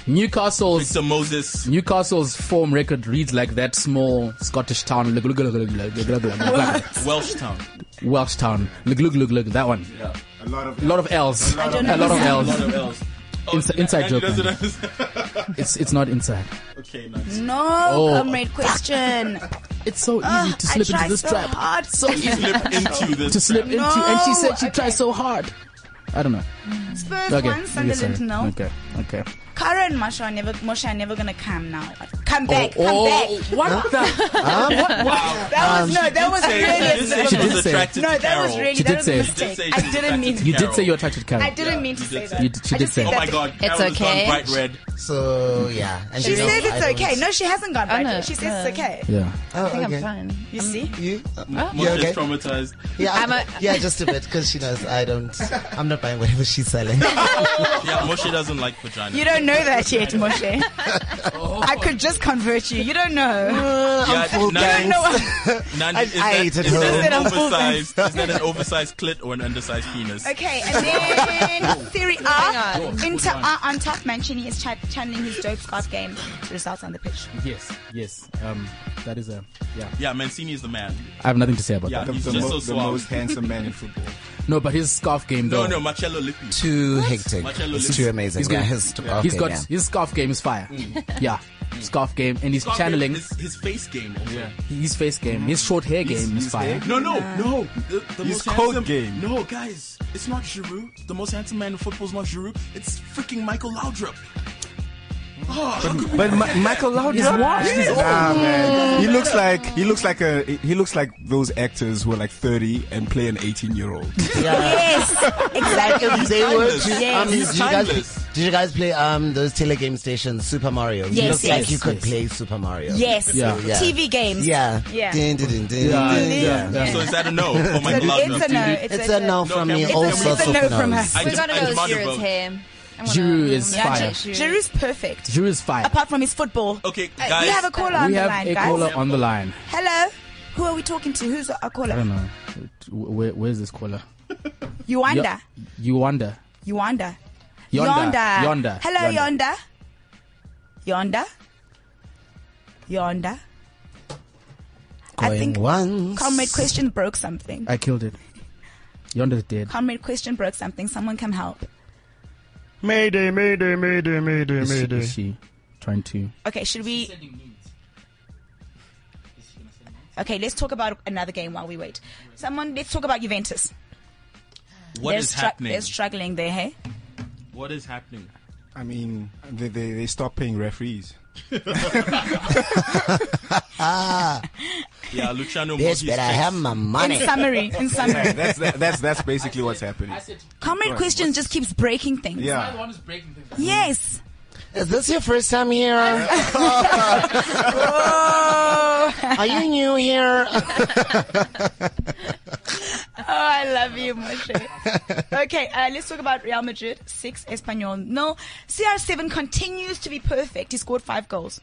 [SPEAKER 2] Newcastle's
[SPEAKER 3] Victor Moses.
[SPEAKER 2] Newcastle's form record reads like that small Scottish town, glug, glug, glug, glug, glug, glug, glug, glug,
[SPEAKER 3] Welsh town.
[SPEAKER 2] Welsh town, glug, glug, glug, glug, that one.
[SPEAKER 3] Yeah.
[SPEAKER 5] A lot of
[SPEAKER 2] A lot of L's, a
[SPEAKER 1] don't know
[SPEAKER 2] lot of
[SPEAKER 1] who's
[SPEAKER 3] A lot
[SPEAKER 2] L's.
[SPEAKER 3] of L's. Oh,
[SPEAKER 2] Inside- inside
[SPEAKER 3] Nandi
[SPEAKER 2] joke,
[SPEAKER 3] doesn't
[SPEAKER 2] Nandi.
[SPEAKER 3] understand.
[SPEAKER 2] It's it's not inside.
[SPEAKER 3] okay, nice.
[SPEAKER 1] No,
[SPEAKER 2] Oh.
[SPEAKER 1] comrade Christian.
[SPEAKER 2] It's so easy
[SPEAKER 1] Ugh,
[SPEAKER 2] to
[SPEAKER 1] I
[SPEAKER 2] slip into
[SPEAKER 1] tried
[SPEAKER 2] this
[SPEAKER 1] so
[SPEAKER 2] trap.
[SPEAKER 1] hard.
[SPEAKER 2] So easy
[SPEAKER 3] Slip into this.
[SPEAKER 2] to slip
[SPEAKER 3] trap.
[SPEAKER 2] into, and she said she
[SPEAKER 1] okay.
[SPEAKER 2] tried so hard. I don't know.
[SPEAKER 1] Spurs
[SPEAKER 2] Okay.
[SPEAKER 1] won, Sunderland
[SPEAKER 2] okay, sorry.
[SPEAKER 1] no.
[SPEAKER 2] okay. Okay.
[SPEAKER 1] Kara and Masha are never, Moshe are never gonna come now. Come back, come
[SPEAKER 2] oh,
[SPEAKER 1] back.
[SPEAKER 2] What the?
[SPEAKER 1] That
[SPEAKER 2] Um,
[SPEAKER 1] was no, that was
[SPEAKER 3] Say,
[SPEAKER 1] really.
[SPEAKER 3] you
[SPEAKER 1] a
[SPEAKER 3] did say she
[SPEAKER 2] She did
[SPEAKER 3] was
[SPEAKER 2] say-
[SPEAKER 3] attracted
[SPEAKER 1] No,
[SPEAKER 3] to
[SPEAKER 1] that was
[SPEAKER 3] Carol.
[SPEAKER 1] really
[SPEAKER 2] She
[SPEAKER 1] that
[SPEAKER 2] did
[SPEAKER 1] was a
[SPEAKER 2] say-
[SPEAKER 3] She did say
[SPEAKER 1] mistake. I
[SPEAKER 3] she was
[SPEAKER 1] didn't mean.
[SPEAKER 3] attracted
[SPEAKER 2] You did
[SPEAKER 3] Carol.
[SPEAKER 2] say you attracted Karen.
[SPEAKER 1] I didn't mean to
[SPEAKER 3] you
[SPEAKER 1] say
[SPEAKER 3] did
[SPEAKER 1] that.
[SPEAKER 3] say-
[SPEAKER 2] You did- she
[SPEAKER 1] I
[SPEAKER 2] did
[SPEAKER 1] just said
[SPEAKER 2] say-
[SPEAKER 3] Oh my
[SPEAKER 1] that-
[SPEAKER 3] God,
[SPEAKER 6] It's
[SPEAKER 3] Carol has gone
[SPEAKER 6] okay.
[SPEAKER 3] bright red.
[SPEAKER 4] So yeah, and
[SPEAKER 1] She
[SPEAKER 4] you know,
[SPEAKER 1] says
[SPEAKER 4] I
[SPEAKER 1] it's
[SPEAKER 4] don't-
[SPEAKER 1] okay. No, she hasn't gone
[SPEAKER 6] I
[SPEAKER 1] back.
[SPEAKER 6] know.
[SPEAKER 1] She says it's okay.
[SPEAKER 2] Yeah.
[SPEAKER 4] Oh,
[SPEAKER 6] Oh, I think
[SPEAKER 4] okay.
[SPEAKER 6] I'm fine. Um, Oh.
[SPEAKER 1] You see,
[SPEAKER 4] You, uh,
[SPEAKER 3] Moshe's
[SPEAKER 4] Yeah, okay.
[SPEAKER 3] traumatized.
[SPEAKER 4] yeah,
[SPEAKER 6] I'm a-
[SPEAKER 4] yeah, just a bit because she knows I don't. I'm not buying whatever she's selling.
[SPEAKER 3] Yeah, Moshe doesn't like vagina.
[SPEAKER 1] you don't know that yet, Moshe. I could just convert you. You don't know.
[SPEAKER 3] Oh. yeah,
[SPEAKER 1] You don't
[SPEAKER 3] Nandi,
[SPEAKER 1] know.
[SPEAKER 3] Nandi, is,
[SPEAKER 4] I
[SPEAKER 3] that,
[SPEAKER 4] ate
[SPEAKER 3] is
[SPEAKER 4] it
[SPEAKER 3] that
[SPEAKER 1] all.
[SPEAKER 3] an oversized? is that an oversized clit or an undersized penis?
[SPEAKER 1] Okay, and then Serie A.
[SPEAKER 6] Moving
[SPEAKER 1] Inter are on top. Mancini is ch- channeling his dope Scott game. Results on the pitch.
[SPEAKER 2] Yes. Yes. Um. That is a. Yeah.
[SPEAKER 3] Yeah, Mancini is the man.
[SPEAKER 2] I have nothing to say about
[SPEAKER 3] Yeah,
[SPEAKER 2] that.
[SPEAKER 3] he's
[SPEAKER 5] the,
[SPEAKER 3] just
[SPEAKER 5] mo-
[SPEAKER 3] so
[SPEAKER 5] the
[SPEAKER 3] suave.
[SPEAKER 5] most handsome man in football.
[SPEAKER 2] No, but his scarf game though.
[SPEAKER 3] No, no, Marcello Lippi.
[SPEAKER 4] too hectic.
[SPEAKER 3] Marcello
[SPEAKER 4] It's
[SPEAKER 3] Lippi.
[SPEAKER 4] too amazing.
[SPEAKER 2] got-
[SPEAKER 4] yeah, his okay,
[SPEAKER 2] he's got
[SPEAKER 4] yeah.
[SPEAKER 2] his scarf game is fire.
[SPEAKER 3] Mm.
[SPEAKER 2] Yeah. Scarf game and he's
[SPEAKER 3] Scott
[SPEAKER 2] channeling
[SPEAKER 3] His, his face game. Also.
[SPEAKER 2] his face game. His short hair game is
[SPEAKER 5] his
[SPEAKER 2] fire.
[SPEAKER 5] hair-
[SPEAKER 3] No, no, no. The, the
[SPEAKER 5] His
[SPEAKER 3] most
[SPEAKER 5] code
[SPEAKER 3] handsome,
[SPEAKER 5] game.
[SPEAKER 3] No, guys, it's not Giroud. The most handsome man in football is not Giroud. It's freaking Michael Laudrup. Ah.
[SPEAKER 5] But Ma- Michael Laudrup,
[SPEAKER 2] He's washed. He's old.
[SPEAKER 5] Nah, man. He looks like he looks like a he looks like those actors who are like 30 and play an 18 year old.
[SPEAKER 1] Yes, exactly.
[SPEAKER 4] They were
[SPEAKER 3] timeless.
[SPEAKER 4] too,
[SPEAKER 1] Yes.
[SPEAKER 4] um, did,
[SPEAKER 3] He's
[SPEAKER 4] you guys,
[SPEAKER 3] timeless.
[SPEAKER 4] did you guys play um, those telegame stations, Super Mario? You
[SPEAKER 1] Yes,
[SPEAKER 4] looked
[SPEAKER 1] yes,
[SPEAKER 4] like you could
[SPEAKER 2] yes.
[SPEAKER 4] play Super Mario.
[SPEAKER 1] Yes.
[SPEAKER 2] Yeah.
[SPEAKER 4] Yeah.
[SPEAKER 1] TV games.
[SPEAKER 4] Yeah.
[SPEAKER 1] Yeah.
[SPEAKER 4] Dun, dun, dun, dun,
[SPEAKER 2] Yeah,
[SPEAKER 4] dun,
[SPEAKER 2] yeah,
[SPEAKER 4] dun.
[SPEAKER 2] yeah.
[SPEAKER 3] So is that a oh no for
[SPEAKER 1] It's a,
[SPEAKER 3] Michael Laudrup?
[SPEAKER 1] it's a no. It's,
[SPEAKER 4] It's a no from
[SPEAKER 3] No,
[SPEAKER 4] me.
[SPEAKER 3] can we-
[SPEAKER 4] All
[SPEAKER 3] it's a-
[SPEAKER 4] sorts
[SPEAKER 1] it's a
[SPEAKER 4] of
[SPEAKER 1] no from
[SPEAKER 4] no's.
[SPEAKER 3] I
[SPEAKER 6] We're
[SPEAKER 3] just-
[SPEAKER 6] gonna
[SPEAKER 3] I
[SPEAKER 6] go
[SPEAKER 3] demand a
[SPEAKER 6] Giroud's
[SPEAKER 3] vote.
[SPEAKER 6] hair. I'm gonna-
[SPEAKER 2] Giroud is
[SPEAKER 6] Yeah,
[SPEAKER 2] fire.
[SPEAKER 6] Giroud.
[SPEAKER 1] Giroud's perfect.
[SPEAKER 2] Drew is fire.
[SPEAKER 1] Apart from his football.
[SPEAKER 3] Okay,
[SPEAKER 1] Uh,
[SPEAKER 3] guys.
[SPEAKER 1] we have a caller on
[SPEAKER 2] We
[SPEAKER 1] the
[SPEAKER 2] have
[SPEAKER 1] line,
[SPEAKER 2] a
[SPEAKER 1] guys.
[SPEAKER 2] caller on the line.
[SPEAKER 1] Hello. Who are we talking to? Who's a
[SPEAKER 2] I
[SPEAKER 1] caller?
[SPEAKER 4] Um,
[SPEAKER 2] don't know. Where, where's this caller?
[SPEAKER 1] Yonder.
[SPEAKER 2] You wonder.
[SPEAKER 1] You Yonder.
[SPEAKER 2] Yonder.
[SPEAKER 1] Yonder.
[SPEAKER 2] Yonder.
[SPEAKER 1] Hello, Yonder. Yonder. Yonder. I
[SPEAKER 4] Going
[SPEAKER 1] think
[SPEAKER 4] once.
[SPEAKER 1] Comrade Question broke something.
[SPEAKER 2] I killed it. Yonder's dead.
[SPEAKER 1] Comrade Question broke something. Someone come help.
[SPEAKER 7] Mayday, mayday, mayday, mayday,
[SPEAKER 2] Is she,
[SPEAKER 7] mayday.
[SPEAKER 2] is she trying to?
[SPEAKER 1] Okay, should we? Okay, let's talk about another game while we wait. Someone, let's talk about Juventus.
[SPEAKER 3] What
[SPEAKER 1] they're
[SPEAKER 3] is
[SPEAKER 1] stru-
[SPEAKER 3] happening?
[SPEAKER 1] They're struggling there, hey?
[SPEAKER 3] What is happening?
[SPEAKER 5] I mean, they they, they stop paying referees.
[SPEAKER 3] Yeah, Luciano
[SPEAKER 4] Bitch,
[SPEAKER 3] Moggi's
[SPEAKER 4] better have
[SPEAKER 3] checks.
[SPEAKER 4] my
[SPEAKER 1] In
[SPEAKER 4] money.
[SPEAKER 1] summary, in summary.
[SPEAKER 5] That's that, that's that's basically what's happening.
[SPEAKER 1] Comrade Question just keeps breaking things.
[SPEAKER 5] Yeah,
[SPEAKER 1] Yes.
[SPEAKER 4] Is this your first time here? Are you new here?
[SPEAKER 1] Oh, I love you, Moshe. okay, uh, let's talk about Real Madrid. Six, Espanyol. No, CR7 continues to be perfect. He scored five goals.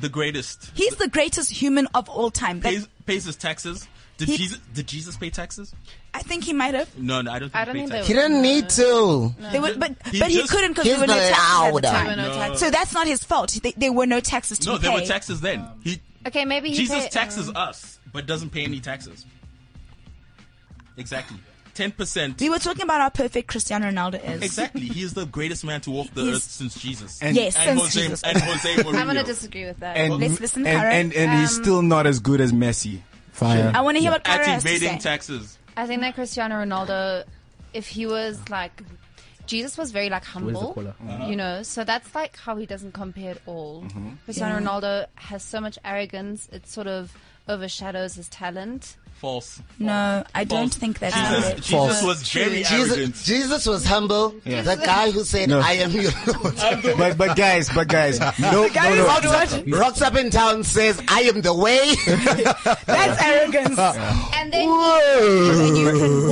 [SPEAKER 3] The greatest.
[SPEAKER 1] He's the greatest human of all time. That,
[SPEAKER 3] Pays, pays his taxes. Did
[SPEAKER 1] He-
[SPEAKER 3] Jesus? Did Jesus pay taxes?
[SPEAKER 1] I think he might have.
[SPEAKER 3] No, no, I don't think.
[SPEAKER 6] I
[SPEAKER 3] he
[SPEAKER 6] don't
[SPEAKER 3] paid
[SPEAKER 6] think they
[SPEAKER 3] taxes.
[SPEAKER 4] He didn't need to.
[SPEAKER 1] They were, but
[SPEAKER 3] He
[SPEAKER 1] but he
[SPEAKER 3] just-
[SPEAKER 1] couldn't because
[SPEAKER 4] He's
[SPEAKER 1] there were no
[SPEAKER 4] not
[SPEAKER 1] taxes at the
[SPEAKER 4] allowed.
[SPEAKER 6] There were
[SPEAKER 1] time.
[SPEAKER 6] no taxes.
[SPEAKER 1] So that's not his fault. They, there were no taxes to
[SPEAKER 3] No,
[SPEAKER 1] pay.
[SPEAKER 3] there were taxes then. He
[SPEAKER 6] Okay, maybe he
[SPEAKER 3] Jesus
[SPEAKER 6] paid- um,
[SPEAKER 3] taxes
[SPEAKER 1] um,
[SPEAKER 3] us, but doesn't pay any taxes. Exactly. Ten percent.
[SPEAKER 1] We were talking about how perfect Cristiano Ronaldo is.
[SPEAKER 3] Exactly. He is the greatest man to walk the
[SPEAKER 1] He's-
[SPEAKER 3] earth since Jesus.
[SPEAKER 5] And-
[SPEAKER 1] Yes, since
[SPEAKER 3] and Jose,
[SPEAKER 1] Jesus.
[SPEAKER 3] and Jose Mourinho.
[SPEAKER 6] I'm gonna disagree with that.
[SPEAKER 5] and
[SPEAKER 1] Let's listen,
[SPEAKER 5] and,
[SPEAKER 1] Karen.
[SPEAKER 5] and, and he's
[SPEAKER 6] Um,
[SPEAKER 5] still not as good as Messi.
[SPEAKER 2] Fire.
[SPEAKER 1] I want to hear what Cara
[SPEAKER 3] at
[SPEAKER 1] has to say.
[SPEAKER 3] evading taxes.
[SPEAKER 6] I think that Cristiano Ronaldo, if he was like, Jesus was very like
[SPEAKER 2] Where's the
[SPEAKER 6] humble,
[SPEAKER 2] caller?
[SPEAKER 6] you know. So that's like how he doesn't compare at all. Cristiano
[SPEAKER 1] Yeah.
[SPEAKER 6] Ronaldo has so much arrogance; it sort of overshadows his talent.
[SPEAKER 3] False.
[SPEAKER 1] No, I don't
[SPEAKER 3] False.
[SPEAKER 1] think that's
[SPEAKER 3] Jesus,
[SPEAKER 1] it.
[SPEAKER 3] Jesus
[SPEAKER 4] False.
[SPEAKER 3] was very arrogant.
[SPEAKER 4] Jesus, Jesus was humble. The guy who said,
[SPEAKER 5] No.
[SPEAKER 4] I am your Lord.
[SPEAKER 5] But but guys, but guys, no no
[SPEAKER 1] Guys,
[SPEAKER 5] no.
[SPEAKER 4] Rocks up in town says, I am the way.
[SPEAKER 1] That's arrogance.
[SPEAKER 6] And then,
[SPEAKER 4] Whoa.
[SPEAKER 1] you can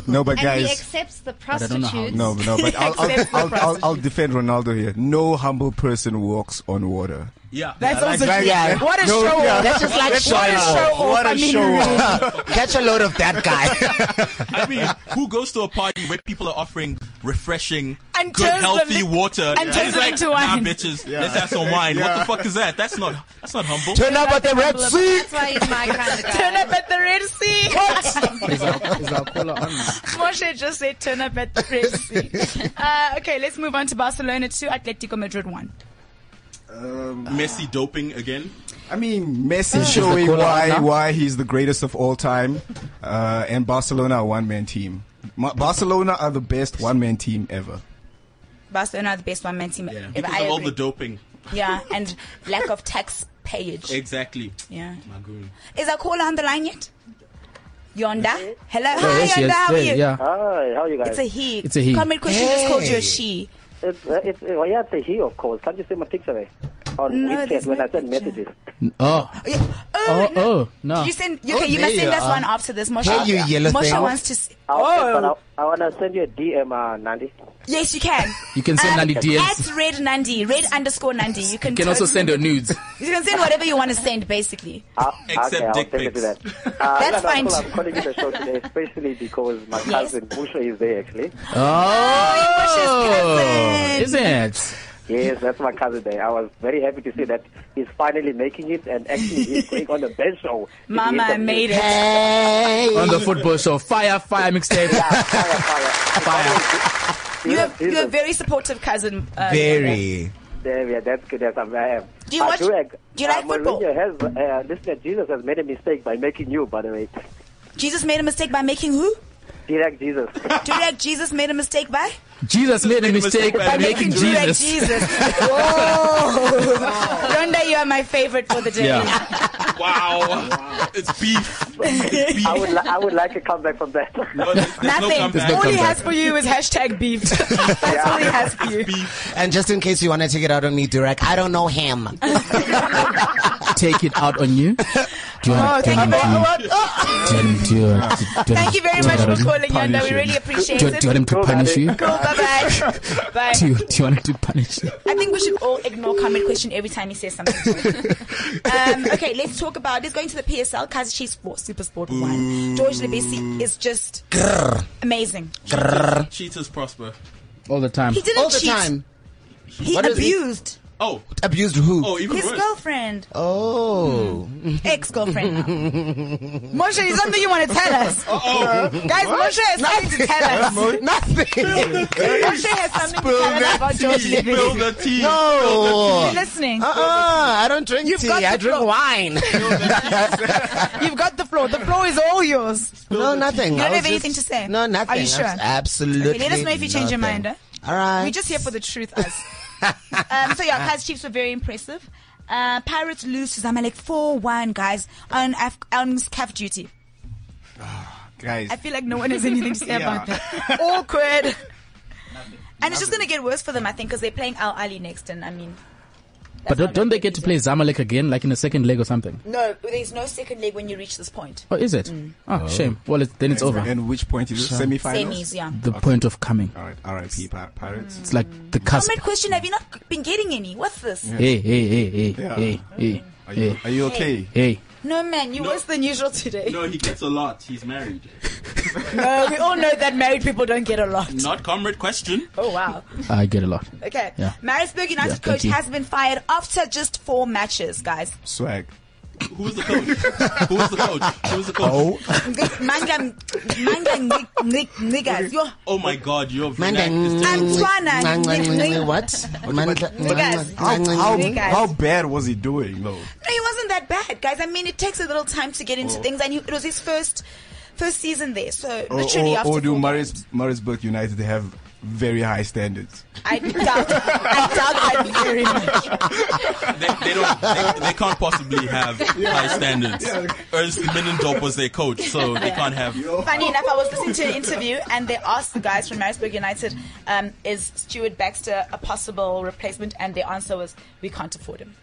[SPEAKER 1] walk.
[SPEAKER 5] No, but
[SPEAKER 6] and he
[SPEAKER 5] guys,
[SPEAKER 6] accepts the
[SPEAKER 2] I don't know how-
[SPEAKER 6] prostitutes.
[SPEAKER 5] no, no, but I'll, I'll,
[SPEAKER 1] Except for
[SPEAKER 5] I'll, I'll, I'll
[SPEAKER 1] prostitutes.
[SPEAKER 5] defend Ronaldo here. No humble person walks on water.
[SPEAKER 3] Yeah.
[SPEAKER 1] That's
[SPEAKER 3] Yeah,
[SPEAKER 1] also
[SPEAKER 4] like
[SPEAKER 1] true.
[SPEAKER 4] that.
[SPEAKER 1] What a
[SPEAKER 5] No,
[SPEAKER 1] show
[SPEAKER 5] yeah.
[SPEAKER 1] off.
[SPEAKER 4] That's just like
[SPEAKER 1] What a
[SPEAKER 4] Shia.
[SPEAKER 1] show off.
[SPEAKER 5] What a
[SPEAKER 1] I mean,
[SPEAKER 5] show off.
[SPEAKER 1] really.
[SPEAKER 4] Catch a load of that guy.
[SPEAKER 3] I mean, who goes to a party where people are offering refreshing,
[SPEAKER 1] And
[SPEAKER 3] good,
[SPEAKER 1] turns the li-
[SPEAKER 3] healthy water?
[SPEAKER 1] and turns
[SPEAKER 3] it's
[SPEAKER 1] it
[SPEAKER 3] like,
[SPEAKER 1] into
[SPEAKER 3] nah,
[SPEAKER 1] wine."
[SPEAKER 3] bitches, let's have some wine. What the fuck is that? That's not. That's not humble.
[SPEAKER 4] Turn up at the Red Sea.
[SPEAKER 6] That's why he's my kind of guy.
[SPEAKER 1] Turn up at the Red Sea.
[SPEAKER 2] is, our, is our caller on?
[SPEAKER 1] Moshe just said turn up at the Red Sea. Uh, okay, let's move on to Barcelona 2, Atletico Madrid 1.
[SPEAKER 3] Um, Messi doping again.
[SPEAKER 5] I mean, Messi showing
[SPEAKER 2] caller
[SPEAKER 5] why
[SPEAKER 2] now?
[SPEAKER 5] why he's the greatest of all time, uh, and Barcelona a one man team. Ma- Barcelona are the best one man team ever.
[SPEAKER 1] Barcelona are the best one man team ever.
[SPEAKER 3] Because
[SPEAKER 1] I
[SPEAKER 3] of all
[SPEAKER 1] agree.
[SPEAKER 3] the doping.
[SPEAKER 1] yeah, and lack of tax payage.
[SPEAKER 3] Exactly.
[SPEAKER 1] Yeah.
[SPEAKER 3] Magoon.
[SPEAKER 1] Is our caller on the line yet? Yonda? Hello. Hi,
[SPEAKER 2] yes,
[SPEAKER 1] Yonda.
[SPEAKER 2] yes,
[SPEAKER 1] how are
[SPEAKER 2] there,
[SPEAKER 1] you?
[SPEAKER 2] yeah.
[SPEAKER 8] Hi, how are you guys?
[SPEAKER 1] It's a he.
[SPEAKER 2] It's a he.
[SPEAKER 1] Comrade Christian just called you a
[SPEAKER 4] Hey.
[SPEAKER 1] she.
[SPEAKER 8] It's, uh, it's, uh, well, yeah, it's a he, of course. Can't you see my picture there? On
[SPEAKER 1] No, there's
[SPEAKER 8] WeChat when
[SPEAKER 1] no
[SPEAKER 8] I send
[SPEAKER 1] picture.
[SPEAKER 8] messages.
[SPEAKER 2] Oh,
[SPEAKER 1] Yeah. Oh,
[SPEAKER 2] oh, oh, no.
[SPEAKER 1] Did you send? Okay,
[SPEAKER 4] Oh,
[SPEAKER 1] you must
[SPEAKER 4] there you
[SPEAKER 1] send us
[SPEAKER 4] are.
[SPEAKER 1] one after this. Moshe,
[SPEAKER 4] Hey, you yellow
[SPEAKER 1] Moshe
[SPEAKER 4] thing.
[SPEAKER 1] wants to. See.
[SPEAKER 8] I'll- but
[SPEAKER 1] Oh,
[SPEAKER 8] I, I want to send you a DM, uh, Nandi.
[SPEAKER 1] yes, you can.
[SPEAKER 2] You can send Nandi DMs.
[SPEAKER 1] At red Nandi, red underscore Nandi. You can.
[SPEAKER 2] You can also
[SPEAKER 1] totally-
[SPEAKER 2] send her nudes.
[SPEAKER 1] You can send whatever you want to send, basically.
[SPEAKER 8] Uh,
[SPEAKER 3] Except
[SPEAKER 8] okay, I'll
[SPEAKER 3] dick
[SPEAKER 8] send it to
[SPEAKER 3] pics.
[SPEAKER 8] that. Uh,
[SPEAKER 1] That's
[SPEAKER 8] no, no,
[SPEAKER 1] fine
[SPEAKER 8] cool, I'm
[SPEAKER 1] too.
[SPEAKER 8] calling you the show today, especially because my
[SPEAKER 1] Yes.
[SPEAKER 8] cousin Musha is there, actually.
[SPEAKER 1] Oh,
[SPEAKER 2] Oh,
[SPEAKER 1] Moshe's
[SPEAKER 2] is it?
[SPEAKER 8] Yes, that's my cousin there. I was very happy to see that he's finally making it and actually he's going on the bench show.
[SPEAKER 1] Mama, I made it.
[SPEAKER 4] Hey.
[SPEAKER 2] On the football show, fire, fire mixtape.
[SPEAKER 8] Fire, fire.
[SPEAKER 1] You have you have very supportive cousin. Uh,
[SPEAKER 4] Very.
[SPEAKER 8] There, yeah, that's good. Yes, I'm- I am.
[SPEAKER 1] Do you
[SPEAKER 8] I
[SPEAKER 1] watch-
[SPEAKER 8] ag-
[SPEAKER 1] do you like
[SPEAKER 8] uh,
[SPEAKER 1] football?
[SPEAKER 8] Mourinho Has, uh, listen, Jesus has made a mistake by making you, by the way.
[SPEAKER 1] Jesus made a mistake by making who?
[SPEAKER 8] Direct Jesus.
[SPEAKER 1] Direct Jesus made a mistake by
[SPEAKER 2] Jesus made a mistake by making
[SPEAKER 1] Direct
[SPEAKER 2] Jesus.
[SPEAKER 1] Jesus. Whoa! Yonda, you are my favorite for the day.
[SPEAKER 2] Yeah.
[SPEAKER 3] Wow. it's beef.
[SPEAKER 8] I would, li- I would like a comeback from that.
[SPEAKER 3] No, there's, there's no
[SPEAKER 1] Nothing.
[SPEAKER 3] comeback.
[SPEAKER 2] no
[SPEAKER 1] all he
[SPEAKER 2] comeback.
[SPEAKER 1] has for you is hashtag beef. That's all he has for you.
[SPEAKER 4] And just in case you want to take it out on me, Durek, I don't know him.
[SPEAKER 2] Take it out on you.
[SPEAKER 1] Oh, thank you very much. Thank
[SPEAKER 2] Thank
[SPEAKER 1] you very much for calling, Yonda. We really appreciate
[SPEAKER 2] Do, you- do you
[SPEAKER 1] it.
[SPEAKER 2] want him to punish you?
[SPEAKER 1] Cool, bye bye. Bye.
[SPEAKER 2] Do you, do you want him to punish you?
[SPEAKER 1] I think we should all ignore comment question every time he says something. um, okay, let's talk about. Let's go into the PSL. Kaiser Chiefs Sport Super Sport One. George Lebesi is just amazing.
[SPEAKER 3] Cheaters prosper.
[SPEAKER 2] All the time.
[SPEAKER 1] He didn't
[SPEAKER 4] All the
[SPEAKER 1] cheat.
[SPEAKER 4] time.
[SPEAKER 1] He
[SPEAKER 4] What is he-
[SPEAKER 1] abused
[SPEAKER 3] Oh,
[SPEAKER 4] Abused who?
[SPEAKER 3] oh, even
[SPEAKER 1] his
[SPEAKER 3] worse.
[SPEAKER 1] girlfriend,
[SPEAKER 4] Oh.
[SPEAKER 1] ex-girlfriend. now. Moshe, is something you want to tell us? Guys, Moshe has something to tell us.
[SPEAKER 4] Nothing.
[SPEAKER 1] Moshe has something to tell us about George
[SPEAKER 3] Tea,
[SPEAKER 1] Lebesi.
[SPEAKER 3] Build the tea.
[SPEAKER 4] No.
[SPEAKER 1] You're listening.
[SPEAKER 4] Uh-uh, I don't drink tea.
[SPEAKER 1] got
[SPEAKER 4] I
[SPEAKER 1] the
[SPEAKER 4] drink
[SPEAKER 1] floor.
[SPEAKER 4] wine.
[SPEAKER 1] You've got the floor. The floor is all yours.
[SPEAKER 4] no, nothing.
[SPEAKER 1] You don't
[SPEAKER 4] I was
[SPEAKER 1] have anything
[SPEAKER 4] just-
[SPEAKER 1] to say?
[SPEAKER 4] No, nothing.
[SPEAKER 1] Are you sure?
[SPEAKER 4] Abs- Absolutely.
[SPEAKER 1] Okay, let us know if you change your
[SPEAKER 4] nothing.
[SPEAKER 1] mind. huh?
[SPEAKER 4] All right.
[SPEAKER 1] We're just here for the truth, us. um, so yeah, Kaiser Chiefs were very impressive. Uh, Pirates lose to Zamalek four one, guys, on Af- on calf duty.
[SPEAKER 5] Guys,
[SPEAKER 1] I feel like no one has anything to say
[SPEAKER 5] Yeah.
[SPEAKER 1] about that. Awkward. And it's just gonna get worse for them, I think, because they're playing Al Ali next, and I mean. that's
[SPEAKER 2] But don't,
[SPEAKER 1] not
[SPEAKER 2] don't
[SPEAKER 1] gonna
[SPEAKER 2] they get
[SPEAKER 1] be
[SPEAKER 2] to play
[SPEAKER 1] easy.
[SPEAKER 2] Zamalek again, like in the second leg or something?
[SPEAKER 1] No, there's no second leg when you reach this point.
[SPEAKER 2] Or is it?
[SPEAKER 1] Mm.
[SPEAKER 2] Oh, shame. Well, it, then it's over.
[SPEAKER 5] and which point is it? Semi-finals.
[SPEAKER 1] Semis, yeah.
[SPEAKER 2] The point of coming.
[SPEAKER 5] All right, R.I.P. Pi- Pirates.
[SPEAKER 2] It's like the cusp.
[SPEAKER 1] Comment question: Have you not been getting any? What's this?
[SPEAKER 2] Hey, hey, hey, hey,
[SPEAKER 5] Yeah.
[SPEAKER 2] hey, hey,
[SPEAKER 5] Are you,
[SPEAKER 2] hey,
[SPEAKER 5] are you okay?
[SPEAKER 2] hey.
[SPEAKER 1] No, man, you worse than usual today.
[SPEAKER 3] No, he gets a lot. He's married.
[SPEAKER 1] No, we all know that married people don't get a lot.
[SPEAKER 3] Not comrade question.
[SPEAKER 1] Oh wow.
[SPEAKER 2] I get a lot.
[SPEAKER 1] Okay.
[SPEAKER 2] Yeah.
[SPEAKER 1] Maritzburg United
[SPEAKER 2] Yeah, thank
[SPEAKER 1] coach
[SPEAKER 2] you.
[SPEAKER 1] has been fired after just four matches, guys.
[SPEAKER 5] Swag.
[SPEAKER 3] Who was the coach? Who was the coach? Who was the coach? Oh,
[SPEAKER 1] Manga, manga, nick, nick, niggas. Yo,
[SPEAKER 3] Oh my God, your vernac is
[SPEAKER 4] Mandan.
[SPEAKER 3] just
[SPEAKER 1] Antoine. uh,
[SPEAKER 4] What?
[SPEAKER 1] Niggas.
[SPEAKER 5] How, how,
[SPEAKER 1] Hey, guys.
[SPEAKER 5] how bad was he doing, though?
[SPEAKER 1] no, he wasn't that bad, guys. I mean, it takes a little time to get into things, and he, it was his first, first season there. So
[SPEAKER 5] Or,
[SPEAKER 1] literally
[SPEAKER 5] or,
[SPEAKER 1] after
[SPEAKER 5] or Oh, do
[SPEAKER 1] four
[SPEAKER 5] Maris, Marisburg United have very high standards?
[SPEAKER 1] I doubt, I doubt that very much.
[SPEAKER 3] they, they don't. They, they can't possibly have high standards. Ernst Minnendorf was their coach, so they can't have.
[SPEAKER 1] Funny enough, I was listening to an interview and they asked the guys from Maritzburg United, um, is Stuart Baxter a possible replacement? And their answer was, we can't afford him.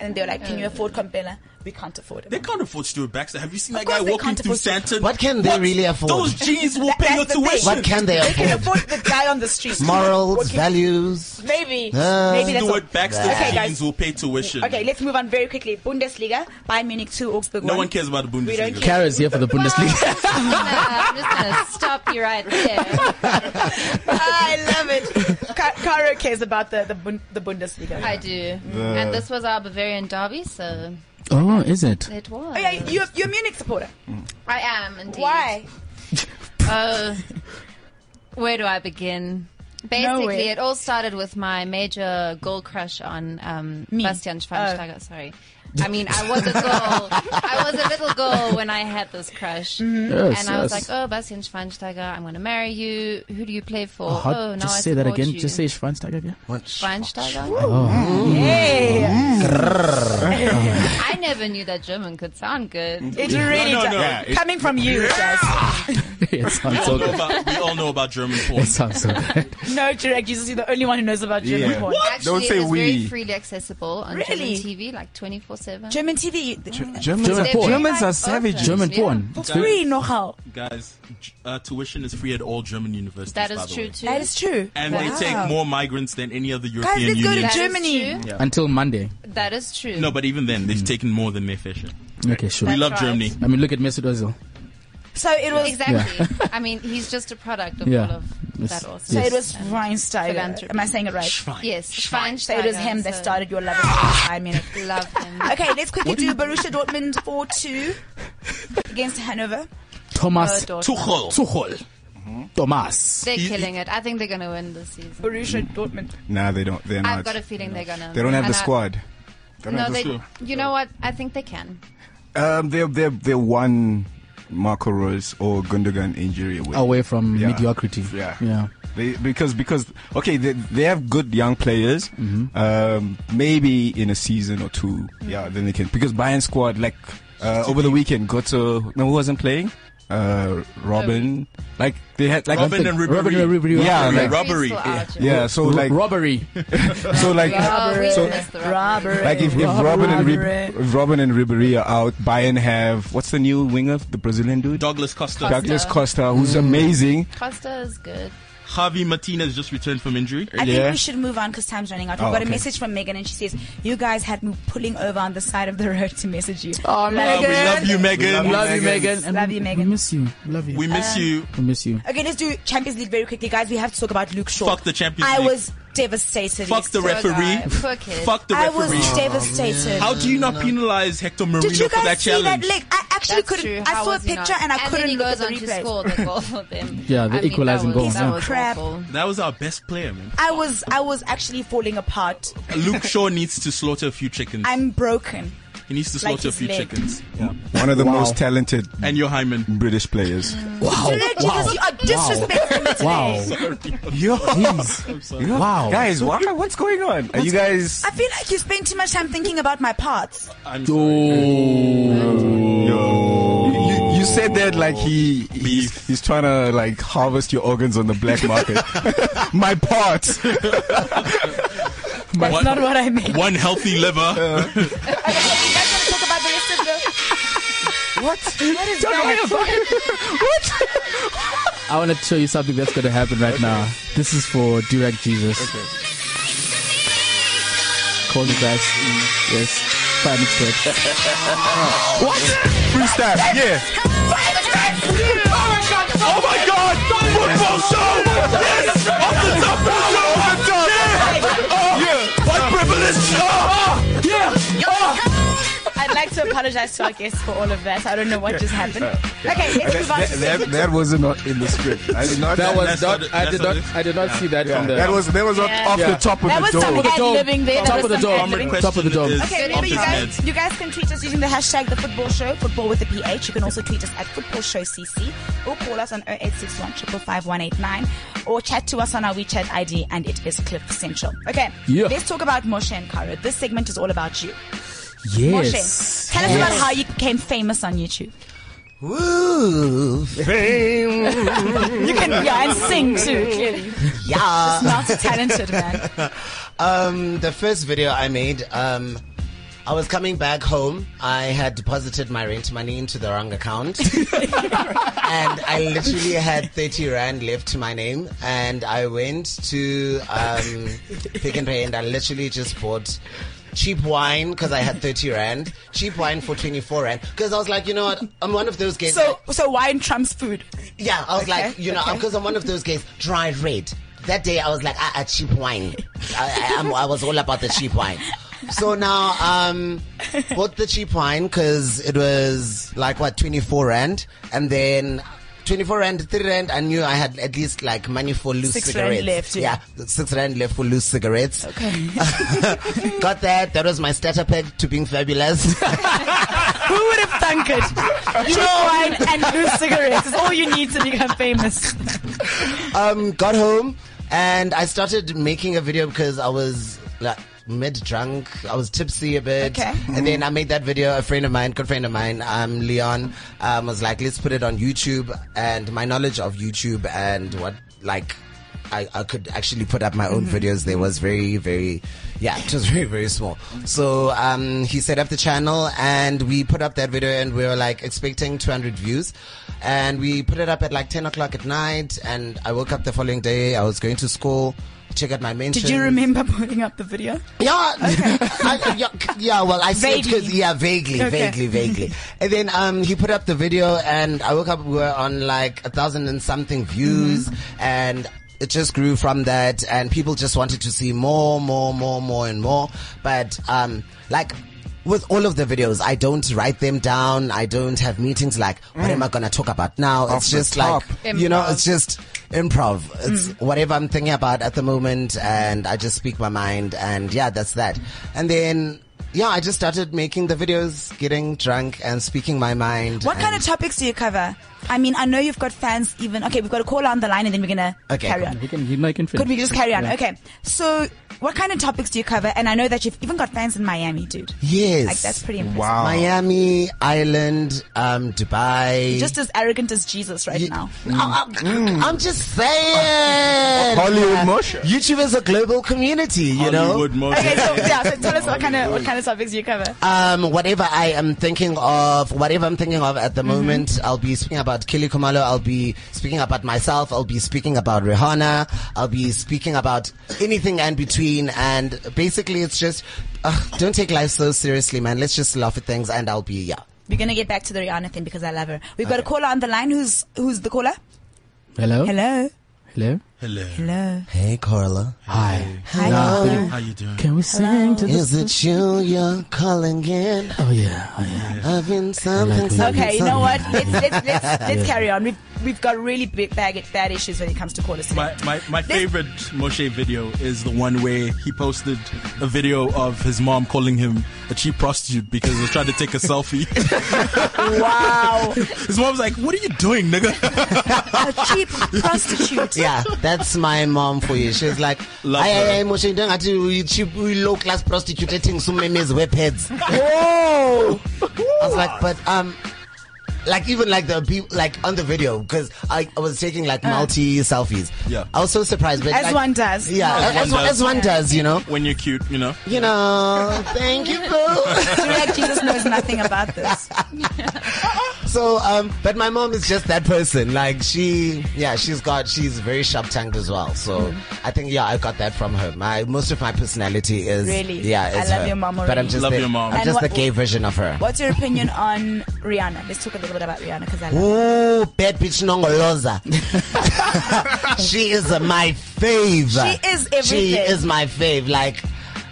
[SPEAKER 1] And they were like, can you afford Campbell? We can't afford him.
[SPEAKER 3] They can't afford Stuart Baxter. Have you seen that
[SPEAKER 1] course
[SPEAKER 3] guy
[SPEAKER 1] they
[SPEAKER 3] walking
[SPEAKER 1] can't
[SPEAKER 3] through
[SPEAKER 1] afford Stuart-
[SPEAKER 3] Santon?
[SPEAKER 4] What can they really afford?
[SPEAKER 3] Those jeans will
[SPEAKER 1] That-
[SPEAKER 3] pay your
[SPEAKER 1] that's the thing.
[SPEAKER 3] tuition.
[SPEAKER 4] What can they
[SPEAKER 1] They can
[SPEAKER 4] afford?
[SPEAKER 1] afford the guy on the street.
[SPEAKER 4] Morals,
[SPEAKER 1] Working-
[SPEAKER 4] values.
[SPEAKER 1] Maybe.
[SPEAKER 4] Uh,
[SPEAKER 1] maybe that's all.
[SPEAKER 3] Stuart Baxter's
[SPEAKER 1] Okay,
[SPEAKER 3] jeans
[SPEAKER 1] guys.
[SPEAKER 3] will pay tuition.
[SPEAKER 1] Okay, let's move on very quickly. Bundesliga, Bayern Munich 2, Augsburg 1.
[SPEAKER 3] No one cares about the
[SPEAKER 1] We don't
[SPEAKER 3] Bundesliga.
[SPEAKER 1] care.
[SPEAKER 2] Kara's here for the Bundesliga.
[SPEAKER 6] I'm just gonna stop you right there.
[SPEAKER 1] I love it. Ka- Caro cares about the, the, Bun- the Bundesliga.
[SPEAKER 6] I do. And this was our Bavarian derby, so
[SPEAKER 2] oh, is it?
[SPEAKER 6] it was.
[SPEAKER 1] Oh, yeah, you, you're a Munich supporter.
[SPEAKER 6] I am indeed.
[SPEAKER 1] Why?
[SPEAKER 6] Uh, where do I begin? Basically,
[SPEAKER 1] Nowhere.
[SPEAKER 6] it all started with my major goal crush on
[SPEAKER 1] Oh.
[SPEAKER 6] um, Bastian Schweinsteiger. Sorry. I mean, I was a girl. I was a little girl when I I had this crush.
[SPEAKER 1] Mm-hmm.
[SPEAKER 2] Yes,
[SPEAKER 6] and I was
[SPEAKER 2] yes.
[SPEAKER 6] like, oh, Bastian Schweinsteiger, I'm going to marry you. Who do you play for?
[SPEAKER 2] Hot.
[SPEAKER 6] oh, now I
[SPEAKER 2] Just say that
[SPEAKER 6] support
[SPEAKER 2] again.
[SPEAKER 6] You.
[SPEAKER 2] Just say Oh. Schweinsteiger again.
[SPEAKER 6] Schweinsteiger.
[SPEAKER 1] Hey,
[SPEAKER 2] Mm.
[SPEAKER 6] I never knew that German could sound good.
[SPEAKER 1] it really
[SPEAKER 3] No, no,
[SPEAKER 1] does.
[SPEAKER 3] no. Yeah, it-
[SPEAKER 1] Coming from you,
[SPEAKER 2] it sounds
[SPEAKER 3] We
[SPEAKER 2] so
[SPEAKER 3] all know
[SPEAKER 2] good.
[SPEAKER 3] about, we all know about German
[SPEAKER 2] It
[SPEAKER 3] porn.
[SPEAKER 2] sounds so good.
[SPEAKER 1] Jazz. No, Jurek, you're the only one who knows about German
[SPEAKER 5] Yeah.
[SPEAKER 1] porn.
[SPEAKER 6] Actually,
[SPEAKER 5] Don't say
[SPEAKER 6] it was
[SPEAKER 5] we.
[SPEAKER 6] very freely accessible on
[SPEAKER 1] Really?
[SPEAKER 6] German TV, like 24 7.
[SPEAKER 1] German TV,
[SPEAKER 5] Germans,
[SPEAKER 2] German
[SPEAKER 5] are,
[SPEAKER 2] porn.
[SPEAKER 5] Germans
[SPEAKER 6] Yeah.
[SPEAKER 5] are savages.
[SPEAKER 2] German
[SPEAKER 6] Yeah.
[SPEAKER 2] porn. It's very-
[SPEAKER 1] free know-how.
[SPEAKER 3] Guys, j- uh, tuition is free at all German universities.
[SPEAKER 6] That
[SPEAKER 3] by
[SPEAKER 6] is
[SPEAKER 3] the
[SPEAKER 6] true,
[SPEAKER 3] way.
[SPEAKER 6] too.
[SPEAKER 1] That is true.
[SPEAKER 3] And
[SPEAKER 1] Wow.
[SPEAKER 3] they take more migrants than any other
[SPEAKER 1] Guys,
[SPEAKER 3] European
[SPEAKER 1] let's go
[SPEAKER 3] Union.
[SPEAKER 1] to
[SPEAKER 6] That is
[SPEAKER 1] Germany.
[SPEAKER 6] true.
[SPEAKER 2] Until Monday.
[SPEAKER 6] That is true.
[SPEAKER 3] No, but even then, they've taken more than their fair share.
[SPEAKER 2] Okay, sure.
[SPEAKER 3] We
[SPEAKER 6] That's
[SPEAKER 3] love
[SPEAKER 6] right.
[SPEAKER 3] Germany.
[SPEAKER 2] I mean, look at Mesut Ozil.
[SPEAKER 1] So it was.
[SPEAKER 6] Exactly. I mean, he's just a product of
[SPEAKER 2] Yeah.
[SPEAKER 6] all of
[SPEAKER 2] Yes.
[SPEAKER 6] that also.
[SPEAKER 1] So
[SPEAKER 2] Yes.
[SPEAKER 1] it was Schweinsteiger.
[SPEAKER 6] Philanthropy.
[SPEAKER 1] Am I saying it right?
[SPEAKER 6] Yes,
[SPEAKER 1] So
[SPEAKER 6] Schweinsteiger.
[SPEAKER 1] it was him that
[SPEAKER 6] so
[SPEAKER 1] started your love of I mean.
[SPEAKER 6] Love him.
[SPEAKER 1] Okay, let's quickly do Borussia Dortmund 4 2 against Hanover.
[SPEAKER 2] Thomas
[SPEAKER 6] Her daughter.
[SPEAKER 3] Tuchel.
[SPEAKER 2] Tuchel. Thomas.
[SPEAKER 6] They're
[SPEAKER 3] He-
[SPEAKER 6] killing it. I think they're going to win this season.
[SPEAKER 1] Borussia
[SPEAKER 5] Mm.
[SPEAKER 1] Dortmund.
[SPEAKER 5] Nah, they don't. They're
[SPEAKER 6] I've
[SPEAKER 5] not.
[SPEAKER 6] got a feeling they're going to.
[SPEAKER 5] they don't have the squad. They don't
[SPEAKER 6] No,
[SPEAKER 5] have the
[SPEAKER 6] they.
[SPEAKER 5] squad.
[SPEAKER 6] You know what? I think they can.
[SPEAKER 5] Um, they're they're they're one Marco Rose or Gundogan injury
[SPEAKER 3] Oh.
[SPEAKER 5] away.
[SPEAKER 2] Away from
[SPEAKER 5] Yeah.
[SPEAKER 2] mediocrity.
[SPEAKER 5] Yeah.
[SPEAKER 2] Yeah.
[SPEAKER 5] They, because because okay, they, they have good young players.
[SPEAKER 3] Mm-hmm.
[SPEAKER 5] Um, maybe in a season or 2 yeah, then they can. Because Bayern squad like uh, over the weekend, Goto no, who wasn't playing, uh, Robin. Like they had like
[SPEAKER 3] Robin and
[SPEAKER 2] Robin
[SPEAKER 3] Ribery.
[SPEAKER 2] and Ribery.
[SPEAKER 5] Yeah,
[SPEAKER 3] Yeah,
[SPEAKER 5] like-
[SPEAKER 3] Robbery.
[SPEAKER 6] Still out, you know.
[SPEAKER 5] yeah. So
[SPEAKER 2] R-
[SPEAKER 5] like
[SPEAKER 2] robbery.
[SPEAKER 5] so like
[SPEAKER 6] Oh, we
[SPEAKER 5] so
[SPEAKER 6] missed the rubber.
[SPEAKER 1] Robbery.
[SPEAKER 5] like if, if Robin and
[SPEAKER 1] Robbery.
[SPEAKER 5] Rib- if Robin and Ribery are out, Bayern have what's the new winger, the Brazilian dude,
[SPEAKER 3] Douglas Costa.
[SPEAKER 5] Douglas Costa, who's
[SPEAKER 2] Mm.
[SPEAKER 5] amazing.
[SPEAKER 6] Costa is good.
[SPEAKER 3] Javi Martinez just returned from injury.
[SPEAKER 1] I think
[SPEAKER 5] Yeah.
[SPEAKER 1] we should move on because time's running out. We
[SPEAKER 5] Oh,
[SPEAKER 1] got a
[SPEAKER 5] okay.
[SPEAKER 1] message from Megan and she says, You guys had me pulling over on the side of the road to message you.
[SPEAKER 2] Oh,
[SPEAKER 3] Uh, we
[SPEAKER 1] Megan.
[SPEAKER 3] love you, Megan.
[SPEAKER 2] Love, you, Megan. And
[SPEAKER 1] Love
[SPEAKER 2] we-
[SPEAKER 1] you, Megan.
[SPEAKER 2] We miss you. Love you.
[SPEAKER 3] We
[SPEAKER 6] Um,
[SPEAKER 3] miss you.
[SPEAKER 2] We miss you.
[SPEAKER 1] Okay, let's do Champions League very quickly, guys. We have to talk about Luke Shaw.
[SPEAKER 3] Fuck the Champions
[SPEAKER 1] I
[SPEAKER 3] League.
[SPEAKER 1] was devastated.
[SPEAKER 3] Fuck the
[SPEAKER 6] Poor
[SPEAKER 3] referee.
[SPEAKER 6] guy. Poor kid.
[SPEAKER 3] Fuck the
[SPEAKER 1] I was
[SPEAKER 3] referee.
[SPEAKER 1] devastated.
[SPEAKER 3] How do you not penalize Hector Marino
[SPEAKER 1] Did you
[SPEAKER 3] for
[SPEAKER 1] guys
[SPEAKER 3] that
[SPEAKER 1] see
[SPEAKER 3] challenge?
[SPEAKER 1] that leg? I actually
[SPEAKER 6] That's
[SPEAKER 1] couldn't.
[SPEAKER 6] true.
[SPEAKER 1] I
[SPEAKER 6] How
[SPEAKER 1] saw a
[SPEAKER 6] was he
[SPEAKER 1] picture
[SPEAKER 6] not?
[SPEAKER 1] and I
[SPEAKER 6] then
[SPEAKER 1] couldn't
[SPEAKER 6] he
[SPEAKER 1] look at
[SPEAKER 6] goes
[SPEAKER 1] the
[SPEAKER 6] on to
[SPEAKER 1] replay.
[SPEAKER 6] score the goal for them.
[SPEAKER 2] Yeah, the
[SPEAKER 6] I mean,
[SPEAKER 2] equalizing
[SPEAKER 6] that was-
[SPEAKER 2] goal,
[SPEAKER 6] That
[SPEAKER 2] yeah.
[SPEAKER 6] was
[SPEAKER 1] Crap.
[SPEAKER 6] awful.
[SPEAKER 3] That was our best player, man.
[SPEAKER 1] I was, I was actually falling apart.
[SPEAKER 3] Luke Shaw needs to slaughter a few chickens.
[SPEAKER 1] I'm broken.
[SPEAKER 3] he needs to
[SPEAKER 1] like
[SPEAKER 3] slaughter a
[SPEAKER 1] his
[SPEAKER 3] few
[SPEAKER 1] leg.
[SPEAKER 3] chickens.
[SPEAKER 5] One of the most talented
[SPEAKER 3] And your Hyman.
[SPEAKER 5] British players.
[SPEAKER 2] Wow.
[SPEAKER 1] Juliet, Jesus, you are disrespecting me today.
[SPEAKER 2] Wow.
[SPEAKER 5] Yo,
[SPEAKER 2] Jeez. Wow.
[SPEAKER 5] guys, why, what's going on? Are you guys?
[SPEAKER 1] I feel like you spend too much time thinking about my parts.
[SPEAKER 3] I'm
[SPEAKER 5] Yo. You, you said that like he
[SPEAKER 3] Beef.
[SPEAKER 5] he's, he's trying to like harvest your organs on the black market. My parts.
[SPEAKER 1] That's
[SPEAKER 3] What?
[SPEAKER 1] not what I meant.
[SPEAKER 3] sorry. One healthy liver.
[SPEAKER 1] Okay, you guys want to talk about the rest of the. What? What is going on?
[SPEAKER 2] I want to show you something that's going to happen right now. This is for Direct Jesus. Call you guys. Yes. Five minutes to it.
[SPEAKER 5] Freestyle. Yeah. Oh my god! Football show! Yes! Off the top of the show! Yeah! Oh, yeah! White privilege! Oh, yeah!
[SPEAKER 1] I'd like to apologize to our guests for all of that. I don't know what just happened.
[SPEAKER 5] Uh,
[SPEAKER 1] Okay, let's move on
[SPEAKER 5] That,
[SPEAKER 1] to
[SPEAKER 5] that,
[SPEAKER 1] segment-
[SPEAKER 5] that was not in the script. I did not.
[SPEAKER 2] That was
[SPEAKER 3] That's
[SPEAKER 2] not,
[SPEAKER 3] not-
[SPEAKER 2] I
[SPEAKER 3] that's
[SPEAKER 2] did not.
[SPEAKER 3] not it.
[SPEAKER 2] I did not see that from the.
[SPEAKER 5] that was that was off-
[SPEAKER 1] oh,
[SPEAKER 5] off
[SPEAKER 2] Yeah.
[SPEAKER 5] the top of
[SPEAKER 1] That
[SPEAKER 5] the
[SPEAKER 1] was
[SPEAKER 5] dome.
[SPEAKER 1] some ad-libbing there.
[SPEAKER 2] Top
[SPEAKER 1] That
[SPEAKER 2] of
[SPEAKER 1] was
[SPEAKER 2] the
[SPEAKER 1] some
[SPEAKER 2] dome.
[SPEAKER 1] ad-libbing.
[SPEAKER 2] Top of the dome.
[SPEAKER 1] Okay, remember
[SPEAKER 3] Office
[SPEAKER 1] you guys,
[SPEAKER 3] meds.
[SPEAKER 1] you guys can tweet us using the hashtag the football show, football with a PH. You can also tweet us at football show CC or call us on 0861 555 or chat to us on our WeChat ID and it is Cliff Central. Okay,
[SPEAKER 2] Yeah.
[SPEAKER 1] let's talk about Moshe and Karo. This segment is all about you.
[SPEAKER 2] yes.
[SPEAKER 1] Moshe, tell us about how you became famous on YouTube.
[SPEAKER 4] Woo.
[SPEAKER 1] You can, yeah, and sing too, clearly.
[SPEAKER 4] Yeah.
[SPEAKER 1] Not talented, man.
[SPEAKER 4] Um, the first video I made, um, I was coming back home. I had deposited my rent money into the wrong account. and I literally had 30 Rand left to my name. And I went to um, Pick and Pay and I literally just bought cheap wine because I had 30 Rand, cheap wine for 24 Rand. Because I was like, you know what? I'm one of those gays.
[SPEAKER 1] So, so wine trumps food.
[SPEAKER 4] Yeah, I was like, you know, because I'm one of those guys, dry red. That day I was like, ah, ah cheap wine. I, I, I'm, I was all about the cheap wine. So now, um, bought the cheap wine because it was like what, 24 rand. And then 24 rand, 3 rand, I knew I had at least like money for loose
[SPEAKER 1] Six rand
[SPEAKER 4] cigarettes.
[SPEAKER 1] left, yeah.
[SPEAKER 4] yeah. six rand left for loose cigarettes. Okay. Got that. That was my starter pack to being fabulous.
[SPEAKER 9] Who would have thunk it? Cheap wine and loose cigarettes is all you need to become famous.
[SPEAKER 4] um, got home and I started making a video because I was like mid drunk. I was tipsy a bit.
[SPEAKER 1] Okay.
[SPEAKER 4] And then I made that video. A friend of mine, good friend of mine, um, Leon, um, was like, let's put it on YouTube. And my knowledge of YouTube and what, like, I, I could actually put up my own
[SPEAKER 1] Mm-hmm.
[SPEAKER 4] videos. There was very, very, yeah, it was very, very small. So um, he set up the channel and we put up that video and we were like expecting 200 views. And we put it up at like 10 o'clock at night. And I woke up the following day. I was going to school, check out my mentions.
[SPEAKER 1] Did you remember putting up the video?
[SPEAKER 4] Yeah, I, yeah, c- yeah. Well, I see
[SPEAKER 1] Vaguely.
[SPEAKER 4] because yeah, vaguely,
[SPEAKER 1] Okay.
[SPEAKER 4] vaguely, vaguely. and then um, he put up the video, and I woke up. We were on like a thousand and something views, and it just grew from that. And people just wanted to see more, more, more, more, and more. But um, like. With all of the videos, I don't write them down. I don't have meetings like, what am I going to talk about now? it's
[SPEAKER 5] the
[SPEAKER 4] just
[SPEAKER 5] top.
[SPEAKER 4] like, you know,
[SPEAKER 6] Improv.
[SPEAKER 4] it's just improv. It's whatever I'm thinking about at the moment, and I just speak my mind, and yeah, that's that. And then, yeah, I just started making the videos, getting drunk, and speaking my mind.
[SPEAKER 1] What kind of topics do you cover? I mean, I know you've got fans even. Okay, we've got a call on the line and then we're going to
[SPEAKER 4] Okay,
[SPEAKER 1] carry
[SPEAKER 4] cool.
[SPEAKER 1] on.
[SPEAKER 2] You can, you know, you can finish.
[SPEAKER 1] Could we just carry on?
[SPEAKER 2] Yeah.
[SPEAKER 1] Okay. So, what kind of topics do you cover? And I know that you've even got fans in Miami, dude.
[SPEAKER 4] Yes.
[SPEAKER 1] Like, that's pretty impressive.
[SPEAKER 5] Wow.
[SPEAKER 4] Miami, Ireland, um, Dubai. Mm.
[SPEAKER 1] Just Oh, as arrogant as Jesus right
[SPEAKER 4] You-
[SPEAKER 1] now.
[SPEAKER 4] I, am just
[SPEAKER 1] oh,
[SPEAKER 4] saying.
[SPEAKER 5] Hollywood Moshe.
[SPEAKER 4] YouTube is a global community, you know?
[SPEAKER 3] Hollywood Moshe.
[SPEAKER 1] Okay, so yeah, so tell us what kind of what kind of topics you cover.
[SPEAKER 4] um, whatever I am thinking of, whatever I'm thinking of at the moment, I'll be speaking about Kili Kumalo, I'll be speaking about myself, I'll be speaking about Rihanna, I'll be speaking about anything and between, and basically it's just, ugh, don't take life so seriously, man. Let's just laugh at things and I'll be, yeah.
[SPEAKER 1] We're gonna get back to the Rihanna thing because I love her. We've got a caller on the line. Who's who's the caller?
[SPEAKER 2] Hello?
[SPEAKER 1] Hello.
[SPEAKER 2] Hello?
[SPEAKER 3] Hello.
[SPEAKER 1] Hello.
[SPEAKER 4] Hey, Carla.
[SPEAKER 2] Hi.
[SPEAKER 1] Hi. caller.
[SPEAKER 3] How you doing?
[SPEAKER 2] Can we sing to the...
[SPEAKER 4] Is it you you're calling in?
[SPEAKER 2] Oh, yeah. Oh, yeah.
[SPEAKER 4] I've been something, something,
[SPEAKER 1] Okay, you know
[SPEAKER 4] something.
[SPEAKER 1] what? Let's let's let's, let's carry on. We've we've got really big bag bad issues when it comes to callers. today.
[SPEAKER 3] My, my, my favorite Moshe video is the one where he posted a video of his mom calling him a cheap prostitute because he was trying to take a selfie.
[SPEAKER 1] Wow,
[SPEAKER 3] His mom's like, What are you doing, nigga?
[SPEAKER 1] a cheap prostitute.
[SPEAKER 4] Yeah, that's my mom for you. She's like,
[SPEAKER 3] Love
[SPEAKER 4] I,
[SPEAKER 3] her.
[SPEAKER 4] I, I, Moshe, you don't have to, cheap, low class prostitute eating so many webheads.
[SPEAKER 1] Whoa.
[SPEAKER 4] I was like, but, um, like even like the people like on the video because I, I was taking like multi selfies.
[SPEAKER 3] Yeah.
[SPEAKER 4] I was so surprised. But
[SPEAKER 1] Uh. As
[SPEAKER 4] like-
[SPEAKER 1] one does.
[SPEAKER 4] Yeah,
[SPEAKER 3] As
[SPEAKER 4] as, as one
[SPEAKER 3] one does.
[SPEAKER 4] as one does, you know.
[SPEAKER 3] When you're cute, you know?
[SPEAKER 4] You know. Thank you, boo.
[SPEAKER 1] Direct Jesus knows nothing about this.
[SPEAKER 4] So, um, but my mom is just that person. Like she, yeah, she's got, she's very sharp tongued as well. So
[SPEAKER 1] Mm-hmm.
[SPEAKER 4] I think, yeah, I got that from her. My, most of my personality is,
[SPEAKER 1] Really?
[SPEAKER 4] yeah,
[SPEAKER 1] I
[SPEAKER 4] is
[SPEAKER 1] love
[SPEAKER 4] her.
[SPEAKER 1] your mom
[SPEAKER 4] But I'm
[SPEAKER 1] already.
[SPEAKER 4] just,
[SPEAKER 3] Love
[SPEAKER 4] the,
[SPEAKER 3] your mom.
[SPEAKER 4] I'm
[SPEAKER 1] And
[SPEAKER 4] just
[SPEAKER 1] what-
[SPEAKER 4] the gay version of her.
[SPEAKER 1] What's your opinion on Rihanna? Let's talk a little bit about Rihanna because I love.
[SPEAKER 4] Ooh, bad bitch Nongoloza. she is uh, my fave.
[SPEAKER 1] She is everything.
[SPEAKER 4] She is my fave. Like,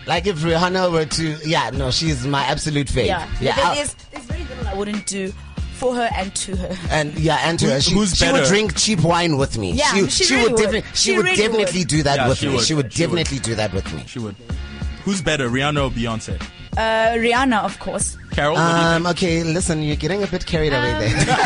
[SPEAKER 4] like if Rihanna were to, yeah, no, she's my absolute fave.
[SPEAKER 1] Yeah,
[SPEAKER 4] yeah.
[SPEAKER 1] But
[SPEAKER 4] I'll-
[SPEAKER 1] there's there's very little I wouldn't do for her and to her.
[SPEAKER 4] and yeah, and to her, she,
[SPEAKER 3] who's
[SPEAKER 4] she would
[SPEAKER 3] better?
[SPEAKER 4] drink cheap wine with me.
[SPEAKER 1] Yeah,
[SPEAKER 4] she,
[SPEAKER 1] she really
[SPEAKER 4] would,
[SPEAKER 1] would.
[SPEAKER 4] defi- she,
[SPEAKER 1] She
[SPEAKER 4] would
[SPEAKER 1] really
[SPEAKER 4] definitely
[SPEAKER 1] would.
[SPEAKER 4] do that
[SPEAKER 3] Yeah,
[SPEAKER 4] with
[SPEAKER 3] she
[SPEAKER 4] me.
[SPEAKER 3] would.
[SPEAKER 4] She would
[SPEAKER 3] She would.
[SPEAKER 4] definitely do that with me.
[SPEAKER 3] She would. Who's better, Rihanna or Beyonce?
[SPEAKER 1] Uh, Rihanna, of course.
[SPEAKER 3] Carol? what do you
[SPEAKER 4] Um, okay, listen, you're getting a bit carried away there.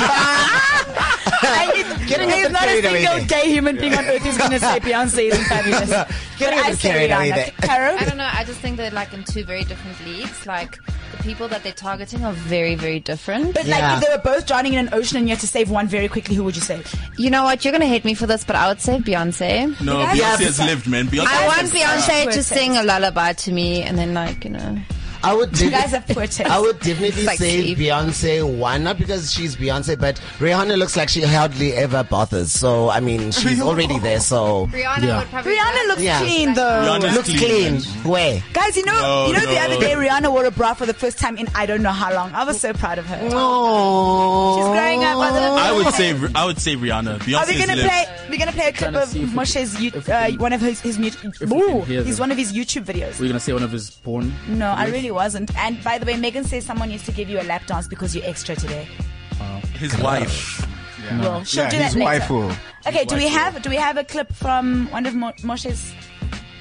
[SPEAKER 1] I need,
[SPEAKER 4] Getting a
[SPEAKER 1] there's
[SPEAKER 4] bit
[SPEAKER 1] not a
[SPEAKER 4] carried away
[SPEAKER 1] single
[SPEAKER 4] there.
[SPEAKER 1] gay human being on earth who's going to say Beyonce is fabulous. But
[SPEAKER 4] Getting a
[SPEAKER 1] I
[SPEAKER 4] bit
[SPEAKER 1] say
[SPEAKER 4] carried away there.
[SPEAKER 1] Rihanna. Carol?
[SPEAKER 6] I don't know. I just think they're like in two very different leagues. Like the people that they're targeting are very, very different.
[SPEAKER 1] But like,
[SPEAKER 4] Yeah.
[SPEAKER 1] if they were both drowning in an ocean and you had to save one very quickly, who would you save?
[SPEAKER 6] You know what? You're gonna hate me for this, but I would say Beyonce.
[SPEAKER 3] think? No,
[SPEAKER 1] Yeah,
[SPEAKER 3] Beyonce has lived, man. Beyonce
[SPEAKER 6] I
[SPEAKER 3] has
[SPEAKER 6] want
[SPEAKER 3] lived.
[SPEAKER 6] Beyonce to
[SPEAKER 1] Perfect.
[SPEAKER 6] sing a lullaby to me, and then like you know.
[SPEAKER 4] I would
[SPEAKER 1] You guys
[SPEAKER 4] definitely,
[SPEAKER 1] have poor taste.
[SPEAKER 4] I would definitely
[SPEAKER 6] Like
[SPEAKER 4] say
[SPEAKER 6] Steve.
[SPEAKER 4] Beyonce one, not because she's Beyonce, but Rihanna looks like she hardly ever bothers. So I mean, she's already there. So
[SPEAKER 6] Rihanna
[SPEAKER 2] Yeah.
[SPEAKER 6] would probably.
[SPEAKER 1] Rihanna looks
[SPEAKER 4] Yeah.
[SPEAKER 1] clean though.
[SPEAKER 3] Rihanna's
[SPEAKER 4] looks clean. Where?
[SPEAKER 1] Guys, you know,
[SPEAKER 3] No,
[SPEAKER 1] you know, the
[SPEAKER 3] no.
[SPEAKER 1] other day Rihanna wore a bra for the first time in I don't know how long. I was so proud of her.
[SPEAKER 4] Oh,
[SPEAKER 1] She's growing up. I don't know.
[SPEAKER 3] I would say I would say Rihanna. Beyonce
[SPEAKER 1] Are we
[SPEAKER 3] has
[SPEAKER 1] gonna
[SPEAKER 3] lived.
[SPEAKER 1] play? We're gonna play a clip
[SPEAKER 2] to
[SPEAKER 1] of
[SPEAKER 2] see if we can-
[SPEAKER 1] Moshe's you-
[SPEAKER 2] if we
[SPEAKER 1] uh,
[SPEAKER 2] can-
[SPEAKER 1] one of his his mute.
[SPEAKER 2] we can
[SPEAKER 1] Ooh,
[SPEAKER 2] hear
[SPEAKER 1] he's
[SPEAKER 2] them.
[SPEAKER 1] one of his YouTube videos.
[SPEAKER 2] We're going to say one of his porn.
[SPEAKER 1] No, I really wasn't. And by the way, Megan says someone needs to give you a lap dance because you're extra today.
[SPEAKER 3] His wife.
[SPEAKER 1] Well, she'll do
[SPEAKER 5] yeah,
[SPEAKER 1] that
[SPEAKER 5] his
[SPEAKER 1] later.
[SPEAKER 5] wife will.
[SPEAKER 1] Okay, do we have do we have a clip from one of Mo- Moshe's?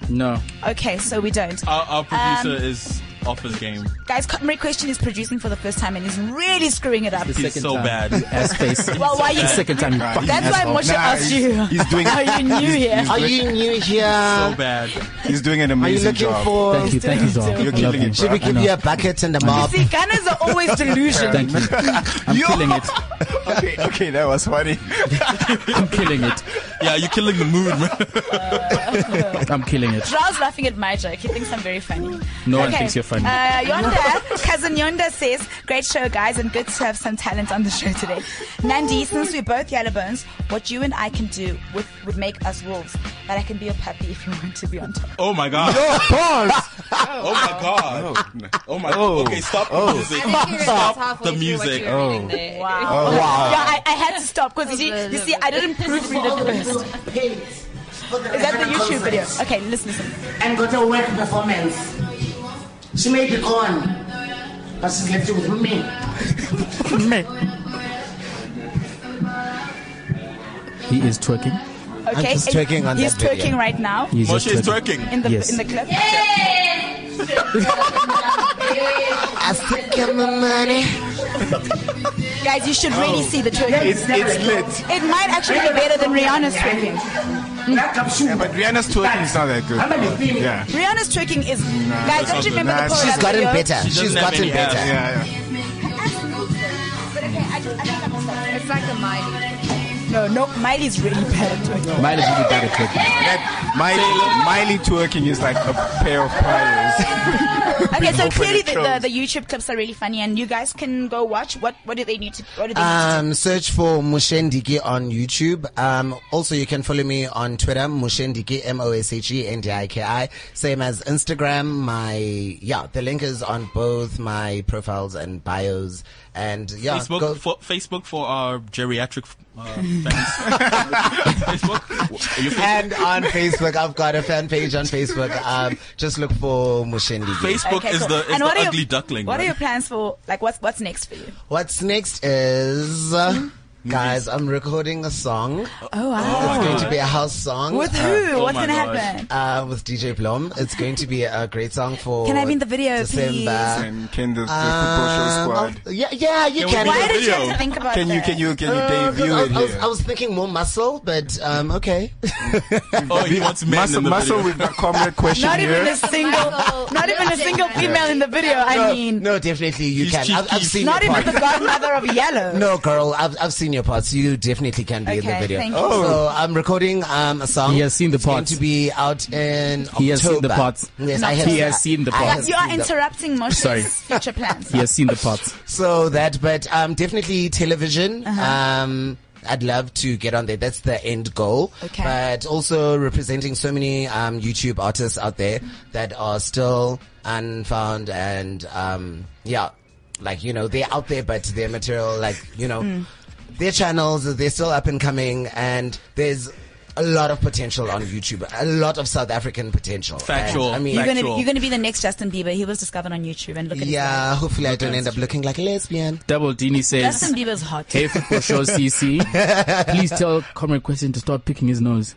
[SPEAKER 2] No.
[SPEAKER 1] Okay, so we don't. Um,
[SPEAKER 3] Our, our producer is off his game.
[SPEAKER 1] Guys, Conrad Question is producing for the first time and he's really screwing it up.
[SPEAKER 2] The
[SPEAKER 3] He's
[SPEAKER 2] second
[SPEAKER 3] so
[SPEAKER 2] time.
[SPEAKER 3] bad.
[SPEAKER 2] You ass face.
[SPEAKER 1] Well, why you?
[SPEAKER 2] second time you fucking
[SPEAKER 1] That's why
[SPEAKER 2] asshole.
[SPEAKER 1] Moshe asked
[SPEAKER 5] he's,
[SPEAKER 1] you.
[SPEAKER 5] He's doing.
[SPEAKER 9] Are you new here?
[SPEAKER 4] Are you new
[SPEAKER 3] So
[SPEAKER 4] here?
[SPEAKER 3] bad.
[SPEAKER 5] He's doing an
[SPEAKER 4] Are you
[SPEAKER 5] amazing
[SPEAKER 4] looking
[SPEAKER 5] job.
[SPEAKER 4] for?
[SPEAKER 2] Thank you, thank you, dog.
[SPEAKER 5] You're killing it,
[SPEAKER 4] Should we
[SPEAKER 2] I
[SPEAKER 4] give
[SPEAKER 2] know.
[SPEAKER 4] you a bucket and a mop?
[SPEAKER 9] See, Gunners are always delusional.
[SPEAKER 2] Thank you. I'm killing it.
[SPEAKER 5] okay, okay, that was funny.
[SPEAKER 2] I'm killing it.
[SPEAKER 3] Yeah, you're killing the mood, man.
[SPEAKER 2] I'm killing it.
[SPEAKER 1] Drow's laughing at my joke. He thinks I'm very funny.
[SPEAKER 2] No one thinks you're funny.
[SPEAKER 1] Uh, Yonda, cousin Yonda says, "Great show, guys, and good to have some talent on the show today." Nandi, since we're both yellow bones, what you and I can do with, would make us wolves. But I can be your puppy if you want to be on top.
[SPEAKER 3] Oh my god. Oh my god. Oh my. Okay, stop the
[SPEAKER 6] I
[SPEAKER 3] music.
[SPEAKER 6] think you realize
[SPEAKER 3] Stop
[SPEAKER 6] halfway
[SPEAKER 3] the
[SPEAKER 6] through what
[SPEAKER 3] music.
[SPEAKER 6] you were reading there.
[SPEAKER 1] Wow. Yeah, I, I had to stop because you, see- you see, I didn't proofread it first. Is that the YouTube video? Okay, listen, listen.
[SPEAKER 10] and got a work performance. She may be gone, but she's left with me.
[SPEAKER 2] He is twerking.
[SPEAKER 1] Okay,
[SPEAKER 4] just
[SPEAKER 1] and
[SPEAKER 4] twerking on
[SPEAKER 1] he's
[SPEAKER 4] that video.
[SPEAKER 1] twerking right now
[SPEAKER 2] He's just
[SPEAKER 3] Moshe is
[SPEAKER 2] twerking.
[SPEAKER 3] twerking.
[SPEAKER 1] in the
[SPEAKER 2] Yes.
[SPEAKER 1] in the clip.
[SPEAKER 4] I still get my money.
[SPEAKER 1] Guys, you should really see the twerking.
[SPEAKER 5] Oh. It's, it's lit.
[SPEAKER 1] It might actually be better than Rihanna's twerking.
[SPEAKER 5] Yeah, but Rihanna's twerking is not that good. Yeah,
[SPEAKER 1] Rihanna's twerking is. guys, don't you remember
[SPEAKER 5] Nah,
[SPEAKER 1] the choreo
[SPEAKER 5] she's
[SPEAKER 4] She's gotten
[SPEAKER 1] video?
[SPEAKER 4] better.
[SPEAKER 3] She doesn't
[SPEAKER 4] She's
[SPEAKER 3] have
[SPEAKER 4] gotten
[SPEAKER 3] any abs.
[SPEAKER 4] better.
[SPEAKER 5] yeah, yeah.
[SPEAKER 6] It's like a Miley.
[SPEAKER 1] No, no, Miley's really bad at twerking.
[SPEAKER 2] Mine is really bad at twerking.
[SPEAKER 5] That Miley, Miley twerking is like a pair of pliers.
[SPEAKER 1] Okay, so
[SPEAKER 5] open
[SPEAKER 1] clearly
[SPEAKER 5] it
[SPEAKER 1] the, the,
[SPEAKER 5] shows.
[SPEAKER 1] the YouTube clips are really funny, and you guys can go watch. What what do they need to? What do they need
[SPEAKER 4] Um, search for Mushendiki on YouTube. Um, also, you can follow me on Twitter, Mushendiki, E M-O-S-H-E-N-D-I-K-I. Same as Instagram. My, yeah, the link is on both my profiles and bios. And yeah, go-
[SPEAKER 3] Facebook for, Facebook for our geriatric uh, fans. Facebook. Are you Facebook?
[SPEAKER 4] and on Facebook, I've got a fan page on Facebook. Um, just look for Mushendiki.
[SPEAKER 1] to?
[SPEAKER 3] Facebook is
[SPEAKER 1] cool.
[SPEAKER 3] the, is
[SPEAKER 1] And
[SPEAKER 3] the
[SPEAKER 1] what are your-
[SPEAKER 3] ugly duckling.
[SPEAKER 1] What are
[SPEAKER 3] man.
[SPEAKER 1] your plans for? Like, what's what's next for you?
[SPEAKER 4] What's next is, uh, guys, I'm recording a song.
[SPEAKER 1] Oh Mm-hmm. wow!
[SPEAKER 4] It's going to be a house song.
[SPEAKER 1] With
[SPEAKER 4] Uh,
[SPEAKER 1] who?
[SPEAKER 3] oh
[SPEAKER 1] what's
[SPEAKER 3] my
[SPEAKER 1] gonna
[SPEAKER 3] gosh.
[SPEAKER 1] happen?
[SPEAKER 4] uh, with DJ Blom. It's going to be a great song for.
[SPEAKER 1] Can I be in the video,
[SPEAKER 4] December.
[SPEAKER 5] And can the, the football show
[SPEAKER 4] Um,
[SPEAKER 5] squad?
[SPEAKER 4] I'll- yeah, yeah, you
[SPEAKER 3] Can
[SPEAKER 4] can.
[SPEAKER 3] we
[SPEAKER 1] Why
[SPEAKER 3] do
[SPEAKER 1] did you have
[SPEAKER 3] video.
[SPEAKER 1] to think about
[SPEAKER 5] Can you
[SPEAKER 1] that?
[SPEAKER 5] can you can you
[SPEAKER 4] Uh, 'cause
[SPEAKER 5] debut
[SPEAKER 4] I,
[SPEAKER 5] it
[SPEAKER 4] was- I was,
[SPEAKER 5] here?
[SPEAKER 4] I was thinking more muscle, but um, okay.
[SPEAKER 3] Oh, he wants men
[SPEAKER 5] muscle
[SPEAKER 3] in the
[SPEAKER 5] muscle
[SPEAKER 3] video.
[SPEAKER 5] with the comrade question
[SPEAKER 1] Not even
[SPEAKER 5] here.
[SPEAKER 1] a single,
[SPEAKER 3] Uh-huh.
[SPEAKER 1] not even a single female in the video. I mean,
[SPEAKER 4] no, definitely you
[SPEAKER 3] He's
[SPEAKER 4] can. I've, I've
[SPEAKER 3] cheeky.
[SPEAKER 4] seen
[SPEAKER 1] not
[SPEAKER 4] your
[SPEAKER 1] even
[SPEAKER 4] parts.
[SPEAKER 1] the godmother of yellow.
[SPEAKER 4] No, girl, I've, I've seen your parts. You definitely can be in the
[SPEAKER 1] Okay,
[SPEAKER 4] video.
[SPEAKER 1] thank you.
[SPEAKER 4] oh. So I'm recording um, a song.
[SPEAKER 2] He has seen the
[SPEAKER 4] It's going
[SPEAKER 2] parts.
[SPEAKER 4] to be out in October.
[SPEAKER 2] He has seen the parts.
[SPEAKER 4] Yes, I have
[SPEAKER 2] He has seen the
[SPEAKER 4] I have
[SPEAKER 2] parts.
[SPEAKER 1] You are
[SPEAKER 4] seen the-
[SPEAKER 1] interrupting Moshe's
[SPEAKER 2] Sorry.
[SPEAKER 1] future plans.
[SPEAKER 2] He has seen the parts.
[SPEAKER 4] So that, but um, definitely television.
[SPEAKER 1] Uh-huh.
[SPEAKER 4] Um, I'd love to get on there. That's the end goal.
[SPEAKER 1] Okay.
[SPEAKER 4] But also representing so many um, YouTube artists out there that are still unfound and um, yeah, like you know they're out there, but their material, like you know,
[SPEAKER 1] Hmm. Mm.
[SPEAKER 4] their channels, they're still up and coming, and there's. A lot of potential on YouTube. A lot of South African potential.
[SPEAKER 3] Factual.
[SPEAKER 4] And, I mean,
[SPEAKER 1] You're gonna,
[SPEAKER 3] Factual.
[SPEAKER 1] you're gonna be the next Justin Bieber. He was discovered on YouTube and look at his life.
[SPEAKER 4] yeah. Hopefully, I don't end up looking like a lesbian.
[SPEAKER 2] Double Dini says,
[SPEAKER 1] Justin Bieber's hot.
[SPEAKER 2] Hey, football show CC, please tell Comrade Question to stop picking his nose.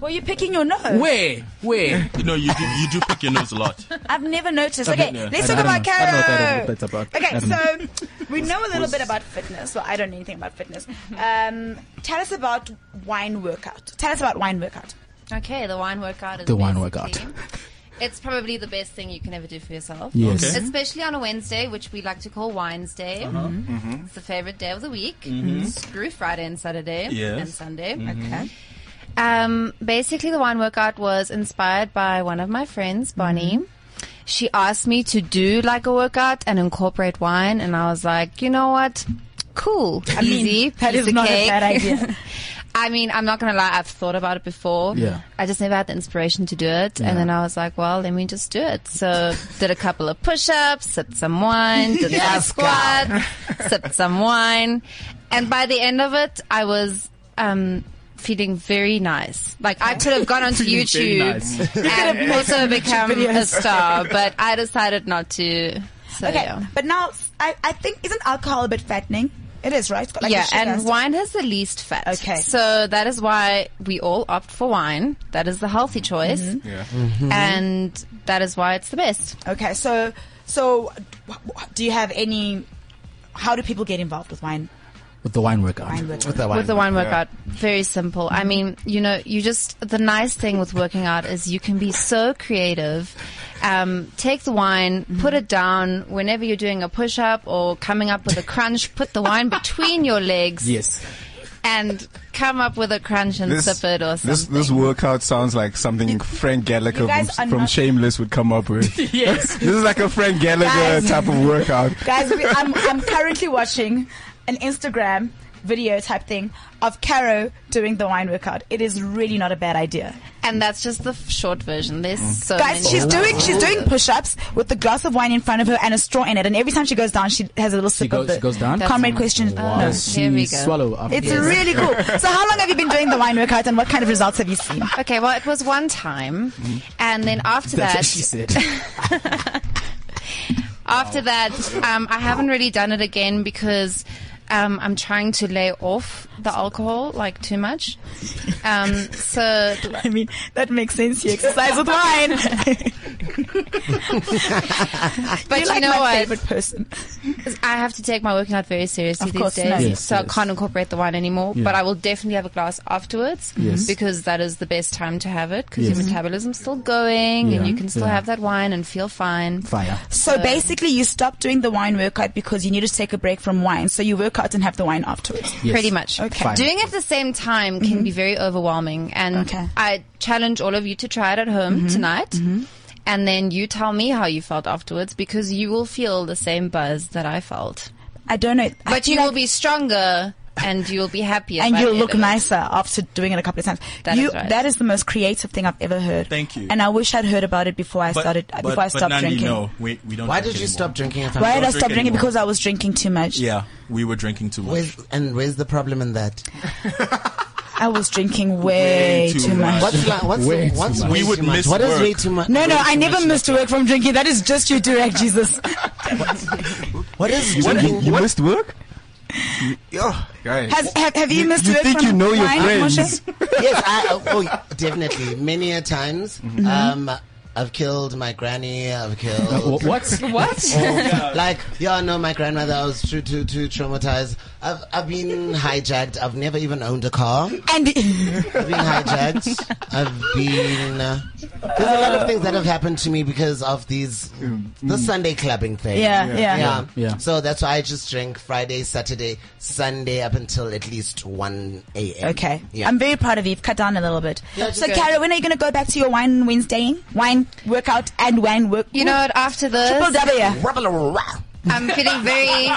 [SPEAKER 1] Were you picking your nose?
[SPEAKER 2] Where? Where?
[SPEAKER 3] You know, you do, you do pick your nose a lot.
[SPEAKER 1] I've never noticed. Okay,
[SPEAKER 3] yeah.
[SPEAKER 1] let's
[SPEAKER 2] I
[SPEAKER 1] talk
[SPEAKER 2] don't
[SPEAKER 1] about
[SPEAKER 2] know. I don't know what that is,
[SPEAKER 1] Caro.
[SPEAKER 2] what that's about. I
[SPEAKER 1] Okay,
[SPEAKER 2] don't know.
[SPEAKER 1] so we know a little bit about fitness. Well, I don't know anything about fitness. Um, tell us about wine workout. Tell us about wine workout.
[SPEAKER 6] Okay, the wine workout is
[SPEAKER 2] The wine
[SPEAKER 6] basically-
[SPEAKER 2] workout.
[SPEAKER 6] It's probably the best thing you can ever do for yourself.
[SPEAKER 2] Yes. Okay.
[SPEAKER 6] Especially on a Wednesday, which we like to call Wines Day.
[SPEAKER 3] Uh-huh. Mm-hmm.
[SPEAKER 6] It's the favorite day of the week.
[SPEAKER 1] Mm-hmm.
[SPEAKER 6] Screw Friday and Saturday
[SPEAKER 3] Yes.
[SPEAKER 6] and Sunday.
[SPEAKER 1] Okay.
[SPEAKER 6] Um, basically, the wine workout was inspired by one of my friends, Bonnie.
[SPEAKER 1] Mm-hmm.
[SPEAKER 6] She asked me to do like a workout and incorporate wine, and I was like, you know what? Cool, easy.
[SPEAKER 1] that
[SPEAKER 6] piece
[SPEAKER 1] is
[SPEAKER 6] of
[SPEAKER 1] not a
[SPEAKER 6] cake.
[SPEAKER 1] bad idea.
[SPEAKER 6] I mean, I'm not gonna lie. I've thought about it before.
[SPEAKER 2] Yeah.
[SPEAKER 6] I just never had the inspiration to do it, and then I was like, well, let me just do it. So did a couple of push-ups, sipped some wine, did a
[SPEAKER 4] Yes,
[SPEAKER 6] squat, sipped some wine, and by the end of it, I was. Um, Feeling very nice. Like I could have gone onto
[SPEAKER 2] Feeling very
[SPEAKER 6] YouTube
[SPEAKER 2] nice.
[SPEAKER 6] and also become a star, but I decided not to. So
[SPEAKER 1] Okay,
[SPEAKER 6] yeah.
[SPEAKER 1] but now I, I think isn't alcohol a bit fattening? It is, right? It's got like
[SPEAKER 6] yeah,
[SPEAKER 1] a sugar
[SPEAKER 6] and
[SPEAKER 1] stuff.
[SPEAKER 6] wine has the least fat. Okay. So that is why we all opt for wine. That is the healthy choice.
[SPEAKER 1] Mhm.
[SPEAKER 5] Yeah.
[SPEAKER 2] Mm-hmm.
[SPEAKER 6] And that is why it's the best.
[SPEAKER 1] Okay, so so wh- wh- do you have any? How do people get involved with wine?
[SPEAKER 2] With the wine workout.
[SPEAKER 1] Wine workout.
[SPEAKER 6] With the wine, workout. Very simple. I mean, you know, you just, the nice thing with working out is you can be so creative. Um, take the wine, put it down whenever you're doing a push up or coming up with a crunch, put the wine between your legs
[SPEAKER 2] Yes.
[SPEAKER 6] and come up with a crunch and sip it or something.
[SPEAKER 5] this this workout sounds like something Frank
[SPEAKER 6] you
[SPEAKER 5] Gallagher
[SPEAKER 6] guys
[SPEAKER 5] from,
[SPEAKER 6] are
[SPEAKER 5] from
[SPEAKER 6] not-
[SPEAKER 5] Shameless would come up with.
[SPEAKER 6] Yes.
[SPEAKER 5] this is like a Frank Gallagher
[SPEAKER 1] Guys.
[SPEAKER 5] type of workout.
[SPEAKER 1] Guys, we- I'm I'm currently watching an Instagram video type thing of Caro doing the wine workout. It is really not a bad idea.
[SPEAKER 6] And that's just the f- short version. There's
[SPEAKER 2] Mm.
[SPEAKER 6] so many
[SPEAKER 1] Guys, she's
[SPEAKER 6] other
[SPEAKER 1] doing she's
[SPEAKER 6] ones.
[SPEAKER 1] doing push-ups with the glass of wine in front of her and a straw in it, and every time she goes down, she has a little sip
[SPEAKER 2] goes-
[SPEAKER 1] of the
[SPEAKER 2] she goes down? That's
[SPEAKER 1] comrade
[SPEAKER 2] amazing.
[SPEAKER 1] question.
[SPEAKER 2] Wow.
[SPEAKER 1] No.
[SPEAKER 2] Does Here she we go. swallow after
[SPEAKER 1] It's
[SPEAKER 2] this?
[SPEAKER 1] really cool. So, how long have you been doing the wine workout, and what kind of results have you seen? Mm-hmm.
[SPEAKER 6] Okay, well, it was one time, and then after
[SPEAKER 1] That's
[SPEAKER 6] that,
[SPEAKER 1] what she said.
[SPEAKER 6] after that, um, I haven't really done it again because um, I'm trying to lay off the alcohol like too much. Um, so
[SPEAKER 1] I mean, that makes sense. You exercise with wine.
[SPEAKER 6] but
[SPEAKER 1] You're
[SPEAKER 6] you
[SPEAKER 1] like
[SPEAKER 6] know
[SPEAKER 1] my
[SPEAKER 6] what?
[SPEAKER 1] favorite person.
[SPEAKER 6] I have to take my working out very seriously
[SPEAKER 1] Of course,
[SPEAKER 6] these days,
[SPEAKER 1] no. Yes,
[SPEAKER 6] so
[SPEAKER 1] yes.
[SPEAKER 6] I can't incorporate the wine anymore.
[SPEAKER 1] Yeah.
[SPEAKER 6] But I will definitely have a glass afterwards
[SPEAKER 1] Yes.
[SPEAKER 6] because that is the best time to have it because
[SPEAKER 1] Yes.
[SPEAKER 6] your metabolism's still going and
[SPEAKER 1] Yeah,
[SPEAKER 6] you can still
[SPEAKER 1] yeah.
[SPEAKER 6] have that wine and feel fine.
[SPEAKER 2] Fire.
[SPEAKER 1] So basically, you stop doing the wine workout because you need to take a break from wine. So you work out and have the wine afterwards.
[SPEAKER 6] Yes. Pretty much.
[SPEAKER 1] Okay. Mm-hmm.
[SPEAKER 6] Doing it at the same time can be very overwhelming, and I challenge all of you to try it at home
[SPEAKER 1] Mm-hmm.
[SPEAKER 6] tonight. And then you tell me how you felt afterwards because you will feel the same buzz that I felt.
[SPEAKER 1] I don't know.
[SPEAKER 6] But you will be stronger and you will be happier.
[SPEAKER 1] and
[SPEAKER 6] by
[SPEAKER 1] you'll
[SPEAKER 6] the
[SPEAKER 1] look
[SPEAKER 6] end of it.
[SPEAKER 1] nicer after doing it a couple of times.
[SPEAKER 6] That
[SPEAKER 1] you,
[SPEAKER 6] is right.
[SPEAKER 1] That is the most creative thing I've ever heard.
[SPEAKER 3] Thank you.
[SPEAKER 1] And I wish I'd heard about it before I
[SPEAKER 3] But-
[SPEAKER 1] started,
[SPEAKER 3] but-
[SPEAKER 1] before I
[SPEAKER 3] but
[SPEAKER 1] stopped
[SPEAKER 3] Nandi,
[SPEAKER 1] drinking.
[SPEAKER 3] No, we, we don't
[SPEAKER 4] Why
[SPEAKER 3] drink
[SPEAKER 4] did you
[SPEAKER 3] anymore.
[SPEAKER 4] stop drinking
[SPEAKER 1] Why
[SPEAKER 4] at
[SPEAKER 1] did
[SPEAKER 3] Don't
[SPEAKER 1] I
[SPEAKER 3] drink
[SPEAKER 1] stop drinking?
[SPEAKER 3] anymore.
[SPEAKER 1] Because I was drinking too much.
[SPEAKER 3] Yeah, we were drinking too much.
[SPEAKER 4] Where's, and where's the problem in that?
[SPEAKER 1] I was drinking way,
[SPEAKER 4] Way
[SPEAKER 1] too,
[SPEAKER 4] too
[SPEAKER 1] much.
[SPEAKER 4] much. What's la- what's- Way too what's much. way We would too much? miss What is work. way too much-
[SPEAKER 1] No, no,
[SPEAKER 4] way
[SPEAKER 1] I
[SPEAKER 4] too
[SPEAKER 1] never missed work from drinking. That is just your direct Jesus.
[SPEAKER 4] What is
[SPEAKER 5] You,
[SPEAKER 4] drinking?
[SPEAKER 5] you, you missed work? You- oh, guys.
[SPEAKER 1] Have, have, have you, missed
[SPEAKER 5] you
[SPEAKER 1] work
[SPEAKER 5] think
[SPEAKER 1] from
[SPEAKER 5] you know your
[SPEAKER 1] wine,
[SPEAKER 5] friends.
[SPEAKER 1] Moshe?
[SPEAKER 4] yes, I, oh, oh, definitely. Many a times,
[SPEAKER 1] Mm-hmm.
[SPEAKER 4] um, I've killed my granny. I've
[SPEAKER 3] Uh,
[SPEAKER 4] killed
[SPEAKER 2] wh- what? What?
[SPEAKER 4] Oh, Like, yeah, no, my grandmother. I was too, too, too traumatized. I've, I've been hijacked. I've never even owned a car.
[SPEAKER 1] And
[SPEAKER 4] I've been hijacked. I've been. There's a lot of things that have happened to me because of these the Sunday clubbing thing.
[SPEAKER 1] Yeah, Yeah. yeah.
[SPEAKER 2] Yeah.
[SPEAKER 4] So that's why I just drink Friday, Saturday, Sunday up until at least one a.m.
[SPEAKER 1] Okay.
[SPEAKER 4] Yeah.
[SPEAKER 1] I'm very proud of you. You've cut down a little bit.
[SPEAKER 4] That's
[SPEAKER 1] so,
[SPEAKER 4] good.
[SPEAKER 1] Cara, when are you going to go back to your wine Wednesday? Wine workout and wine work.
[SPEAKER 6] You know what? After this,
[SPEAKER 1] Triple W.
[SPEAKER 6] I'm feeling very.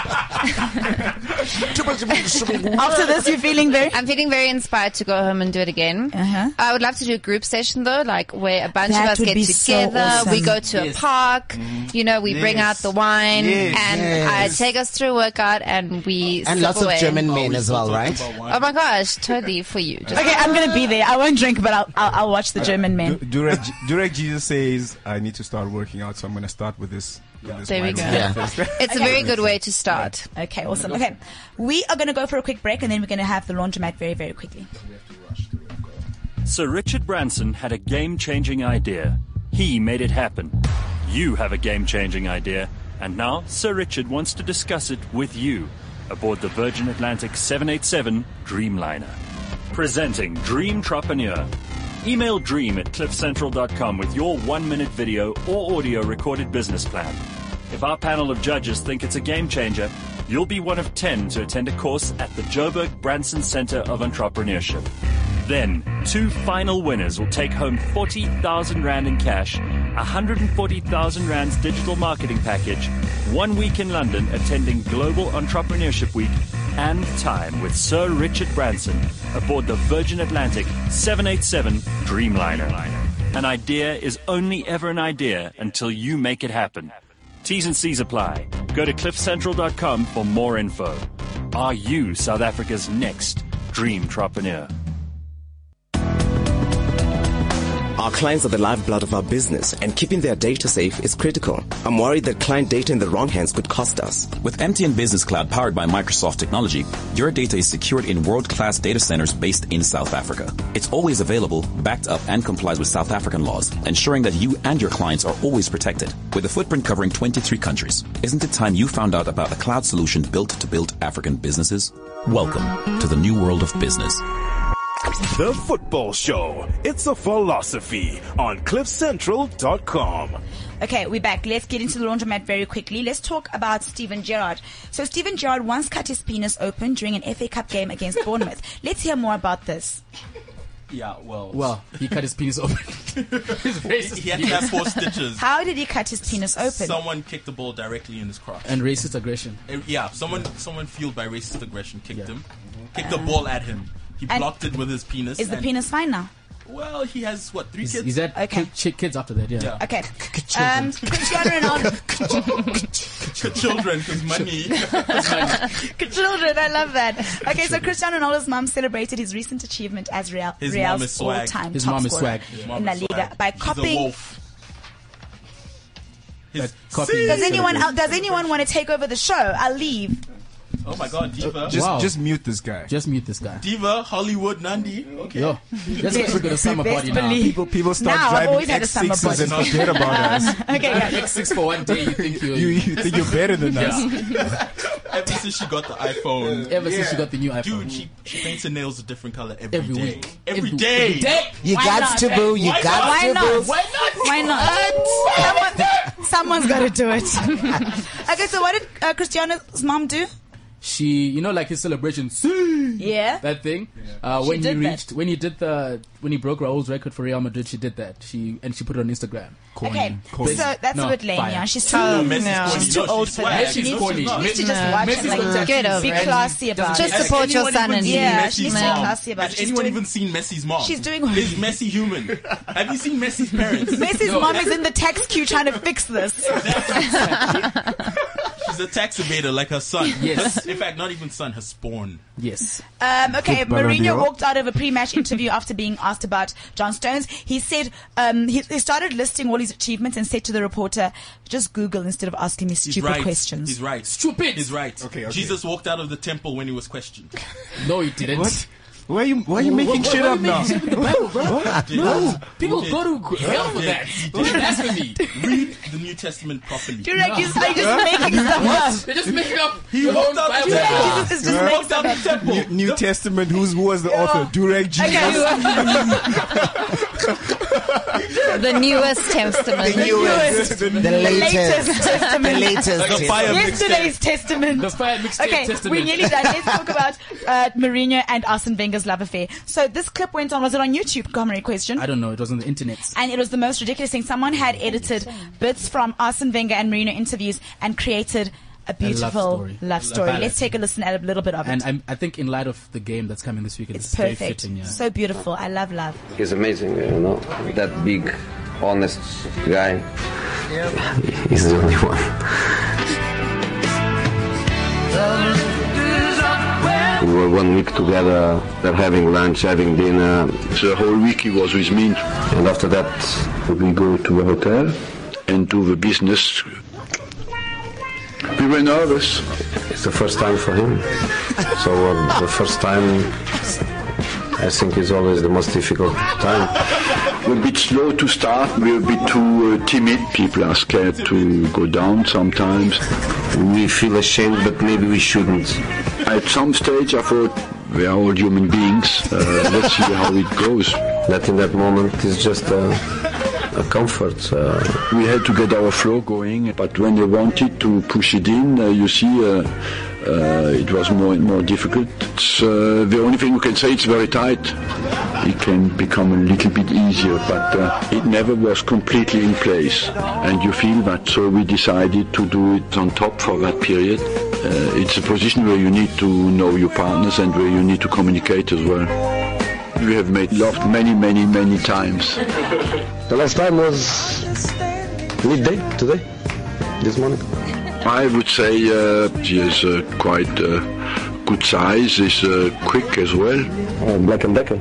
[SPEAKER 1] After this, you're feeling very. Uh-huh.
[SPEAKER 6] I'm feeling very inspired to go home and do it again. I would love to do a group session though, like where a bunch
[SPEAKER 1] That
[SPEAKER 6] of us
[SPEAKER 1] would
[SPEAKER 6] get
[SPEAKER 1] be
[SPEAKER 6] together.
[SPEAKER 1] so awesome.
[SPEAKER 6] We go to
[SPEAKER 1] Yes.
[SPEAKER 6] a park. You know, we bring out the wine,
[SPEAKER 4] Mm. Yes.
[SPEAKER 6] and
[SPEAKER 4] Yes.
[SPEAKER 6] I take us through a workout, and we
[SPEAKER 4] and
[SPEAKER 6] slip
[SPEAKER 4] lots of
[SPEAKER 6] away.
[SPEAKER 4] German men as well, right?
[SPEAKER 6] Oh my gosh, totally for you. Just-
[SPEAKER 1] Okay, I'm going to be there. I won't drink, but I'll, I'll, I'll watch the German men.
[SPEAKER 5] Du- Durek, Durek Jesus says, I need to start working out, so I'm going to start with this. With this
[SPEAKER 6] There we
[SPEAKER 5] wine
[SPEAKER 6] go.
[SPEAKER 5] workout first.
[SPEAKER 6] It's a very good way to start.
[SPEAKER 1] Okay, awesome. Okay, we are going to go for a quick break and then we're going to have the laundromat very, very quickly.
[SPEAKER 11] Sir Richard Branson had a game changing idea. He made it happen. You have a game changing idea, and now Sir Richard wants to discuss it with you aboard the Virgin Atlantic 787 Dreamliner. Presenting Dream Tropreneur. Email dream at cliffcentral.com with your one minute video or audio recorded business plan. If our panel of judges think it's a game changer, you'll be one of 10 to attend a course at the Joburg Branson Center of Entrepreneurship. Then, two final winners will take home 40,000 Rand in cash, 140,000 Rand's digital marketing package, one week in London attending Global Entrepreneurship Week, and time with Sir Richard Branson aboard the Virgin Atlantic 787 Dreamliner. An idea is only ever an idea until you make it happen. T's and C's apply. Go to cliffcentral.com for more info. Are you South Africa's next dream entrepreneur?
[SPEAKER 12] Our clients are the lifeblood of our business, and keeping their data safe is critical. I'm worried that client data in the wrong hands could cost us.
[SPEAKER 13] With MTN Business Cloud powered by Microsoft technology, your data is secured in world-class data centers based in South Africa. It's always available, backed up, and complies with South African laws, ensuring that you and your clients are always protected. With a footprint covering 23 countries, isn't it time you found out about a cloud solution built to build African businesses? Welcome to the new world of business.
[SPEAKER 14] The Football Show. It's a philosophy on CliffCentral.com.
[SPEAKER 1] Okay, we're back. Let's get into the laundromat very quickly. Let's talk about Steven Gerrard. So Steven Gerrard once cut his penis open during an FA Cup game against Bournemouth. Let's hear more about this.
[SPEAKER 3] Yeah, well.
[SPEAKER 2] Well, he cut his penis open.
[SPEAKER 3] he had to have four stitches.
[SPEAKER 1] How did he cut his penis open?
[SPEAKER 3] Someone kicked the ball directly in his crotch.
[SPEAKER 2] And racist aggression.
[SPEAKER 3] Uh, Yeah, someone someone fueled by racist aggression kicked him, kicked the ball at him. He
[SPEAKER 1] And-
[SPEAKER 3] blocked it with his penis.
[SPEAKER 1] Is the
[SPEAKER 3] and-
[SPEAKER 1] penis fine now?
[SPEAKER 3] Well, he has what three
[SPEAKER 2] He's,
[SPEAKER 3] kids?
[SPEAKER 2] he's had kid- chi- kids after that, yeah.
[SPEAKER 1] Okay. Um, Cristiano Ronaldo.
[SPEAKER 3] children, because money.
[SPEAKER 1] Children, I love that. Okay, so Cristiano Ronaldo's mum celebrated his recent achievement as Real
[SPEAKER 3] His mum is
[SPEAKER 1] Real's
[SPEAKER 3] swag.
[SPEAKER 1] all-time
[SPEAKER 3] His
[SPEAKER 1] top
[SPEAKER 3] mum is
[SPEAKER 1] scorer
[SPEAKER 3] swag. His mum
[SPEAKER 1] in La
[SPEAKER 3] is
[SPEAKER 1] Liga
[SPEAKER 3] swag.
[SPEAKER 1] by
[SPEAKER 3] He's a
[SPEAKER 1] copying.
[SPEAKER 3] wolf. His
[SPEAKER 2] copy.
[SPEAKER 1] Does anyone el- does anyone want to take over the show? I'll leave.
[SPEAKER 3] Oh my God, diva!
[SPEAKER 5] Just, just mute this guy.
[SPEAKER 2] Just mute this guy.
[SPEAKER 3] diva, Hollywood, Nandi. Okay.
[SPEAKER 2] Yo, let's get rid of the summer body now.
[SPEAKER 5] People, people start
[SPEAKER 1] Now, I've always
[SPEAKER 5] driving
[SPEAKER 1] had a summer
[SPEAKER 5] X6s and
[SPEAKER 1] body.
[SPEAKER 5] forget about us.
[SPEAKER 1] Okay, guys.
[SPEAKER 2] X6 for one day, you think you're,
[SPEAKER 5] You, you think you're better than us.
[SPEAKER 3] Ever since she got the iPhone.
[SPEAKER 2] Ever since she got the new iPhone.
[SPEAKER 3] Dude, she, she paints her nails a different color every
[SPEAKER 2] Every
[SPEAKER 3] day.
[SPEAKER 2] week.
[SPEAKER 3] Every
[SPEAKER 2] Every-
[SPEAKER 3] day.
[SPEAKER 2] every day.
[SPEAKER 4] You
[SPEAKER 1] Why
[SPEAKER 4] got
[SPEAKER 1] not?
[SPEAKER 4] to boo. You
[SPEAKER 3] Why
[SPEAKER 4] got
[SPEAKER 1] Why
[SPEAKER 4] to
[SPEAKER 1] not?
[SPEAKER 4] boo.
[SPEAKER 1] Why not? Someone, someone's got to do it. okay, so what did uh, Cristiano's mom do?
[SPEAKER 2] She, you know, like his celebration, "See!"
[SPEAKER 1] Yeah.
[SPEAKER 2] that thing. Uh,
[SPEAKER 1] She
[SPEAKER 2] when he
[SPEAKER 1] did that.
[SPEAKER 2] reached, when he did the, when he broke Raul's record for Real Madrid, she did that. She and she put it on Instagram.
[SPEAKER 1] Okay, so that's
[SPEAKER 2] No,
[SPEAKER 1] a bit lame.
[SPEAKER 2] fire.
[SPEAKER 1] Yeah, she's too old.
[SPEAKER 3] Messi's corny.
[SPEAKER 1] She's too
[SPEAKER 3] No,
[SPEAKER 1] old
[SPEAKER 3] she's
[SPEAKER 1] for
[SPEAKER 3] swag.
[SPEAKER 1] that. She
[SPEAKER 3] She's
[SPEAKER 1] needs,
[SPEAKER 3] corny.
[SPEAKER 1] she needs to just
[SPEAKER 2] Nah.
[SPEAKER 1] watch it.
[SPEAKER 2] Messi's got
[SPEAKER 1] Like,
[SPEAKER 2] tattoos. Get over
[SPEAKER 1] be
[SPEAKER 2] it.
[SPEAKER 1] classy about
[SPEAKER 6] Just
[SPEAKER 1] it.
[SPEAKER 6] support
[SPEAKER 3] Has anyone
[SPEAKER 6] your son
[SPEAKER 3] even
[SPEAKER 6] and-
[SPEAKER 3] seen
[SPEAKER 1] Yeah,
[SPEAKER 3] Messi's
[SPEAKER 1] she needs to
[SPEAKER 3] mom?
[SPEAKER 1] be classy about it.
[SPEAKER 3] Has
[SPEAKER 1] She's
[SPEAKER 3] anyone
[SPEAKER 1] doing-
[SPEAKER 3] even seen Messi's mom?
[SPEAKER 1] She's doing-
[SPEAKER 3] Is Messi human? Have you seen Messi's parents?
[SPEAKER 1] Messi's mom is in the tax queue trying to fix this.
[SPEAKER 3] She's a tax evader like her son.
[SPEAKER 2] Yes.
[SPEAKER 3] Her- in fact, not even son, her spawn.
[SPEAKER 2] Yes,
[SPEAKER 1] Um, okay,
[SPEAKER 5] Good Ballon
[SPEAKER 1] Mourinho
[SPEAKER 5] d'Or.
[SPEAKER 1] walked out of a pre-match interview after being asked about John Stones. He said um, he, he started listing all his achievements and said to the reporter, "Just Google instead of asking me
[SPEAKER 3] He's
[SPEAKER 1] stupid
[SPEAKER 3] right.
[SPEAKER 1] questions."
[SPEAKER 3] He's right.
[SPEAKER 2] Stupid.
[SPEAKER 3] He's right.
[SPEAKER 5] Okay, okay.
[SPEAKER 3] Jesus walked out of the temple when he was questioned.
[SPEAKER 2] no, he didn't.
[SPEAKER 5] What? Why are you, why are you making
[SPEAKER 2] Why-
[SPEAKER 5] shit
[SPEAKER 2] why
[SPEAKER 5] up
[SPEAKER 2] you making
[SPEAKER 5] now?
[SPEAKER 2] shit in the Bible, bro? No, people
[SPEAKER 3] He
[SPEAKER 2] go to hell for
[SPEAKER 3] He
[SPEAKER 2] that.
[SPEAKER 3] did. He did.
[SPEAKER 2] Blasphemy.
[SPEAKER 3] Read the New Testament properly.
[SPEAKER 1] You're like, you're, like, just making stuff up.
[SPEAKER 2] They're just making up.
[SPEAKER 3] He
[SPEAKER 2] their own
[SPEAKER 3] walked out
[SPEAKER 2] Bible.
[SPEAKER 3] the temple.
[SPEAKER 1] Jesus is
[SPEAKER 3] He
[SPEAKER 1] just making
[SPEAKER 3] walked out
[SPEAKER 1] stuff up.
[SPEAKER 3] the temple.
[SPEAKER 5] New, New Testament, who's, who was the author? Durag Jesus.
[SPEAKER 1] Okay,
[SPEAKER 6] the newest
[SPEAKER 4] The
[SPEAKER 6] testament.
[SPEAKER 4] newest. The
[SPEAKER 1] latest
[SPEAKER 4] latest. The
[SPEAKER 1] testament.
[SPEAKER 4] latest.
[SPEAKER 3] Like a fire
[SPEAKER 1] Yesterday's testament.
[SPEAKER 2] The fire mixtape
[SPEAKER 1] Okay,
[SPEAKER 2] testament.
[SPEAKER 1] we're nearly done. Let's talk about uh, Mourinho and Arsene Wenger's love affair. So this clip went on. Was it on YouTube? Commentary question.
[SPEAKER 2] I don't know. It was on the internet.
[SPEAKER 1] And it was the most ridiculous thing. Someone had edited bits from Arsene Wenger and Marino interviews and created a beautiful love story.
[SPEAKER 2] story. A love ballad.
[SPEAKER 1] Let's take a listen at a little bit of it.
[SPEAKER 2] And I'm, I think in light of the game that's coming this weekend,
[SPEAKER 1] it's
[SPEAKER 2] it's, very
[SPEAKER 1] perfect.
[SPEAKER 2] fitting. Yeah.
[SPEAKER 1] So beautiful. I love love.
[SPEAKER 15] He's amazing, you know. That big, honest guy. He's the only one. We were one week together. They're having lunch, having dinner. The whole week he was with me. And after that, we go to a hotel and do the business. We were nervous. It's the first time for him. So uh, the first time I think it's always the most difficult time. We're a bit slow to start, we're a bit too uh, timid. People are scared to go down sometimes. We feel ashamed, but maybe we shouldn't. At some stage, I thought, we are all human beings, uh, let's see how it goes. That in that moment is just a, a comfort. Uh. We had to get our flow going, but when they wanted to push it in, uh, you see. Uh, uh, it was more and more difficult. It's, uh, the only thing you can say it's very tight. It can become a little bit easier, but uh, it never was completely in place. And you feel that, so we decided to do it on top for that period. Uh, it's a position where you need to know your partners and where you need to communicate as well. We have made love many, many, many times. the last time was midday today, this morning. I would say uh, he is uh, quite uh, good Oh, size, is uh, quick as well. black and Decker.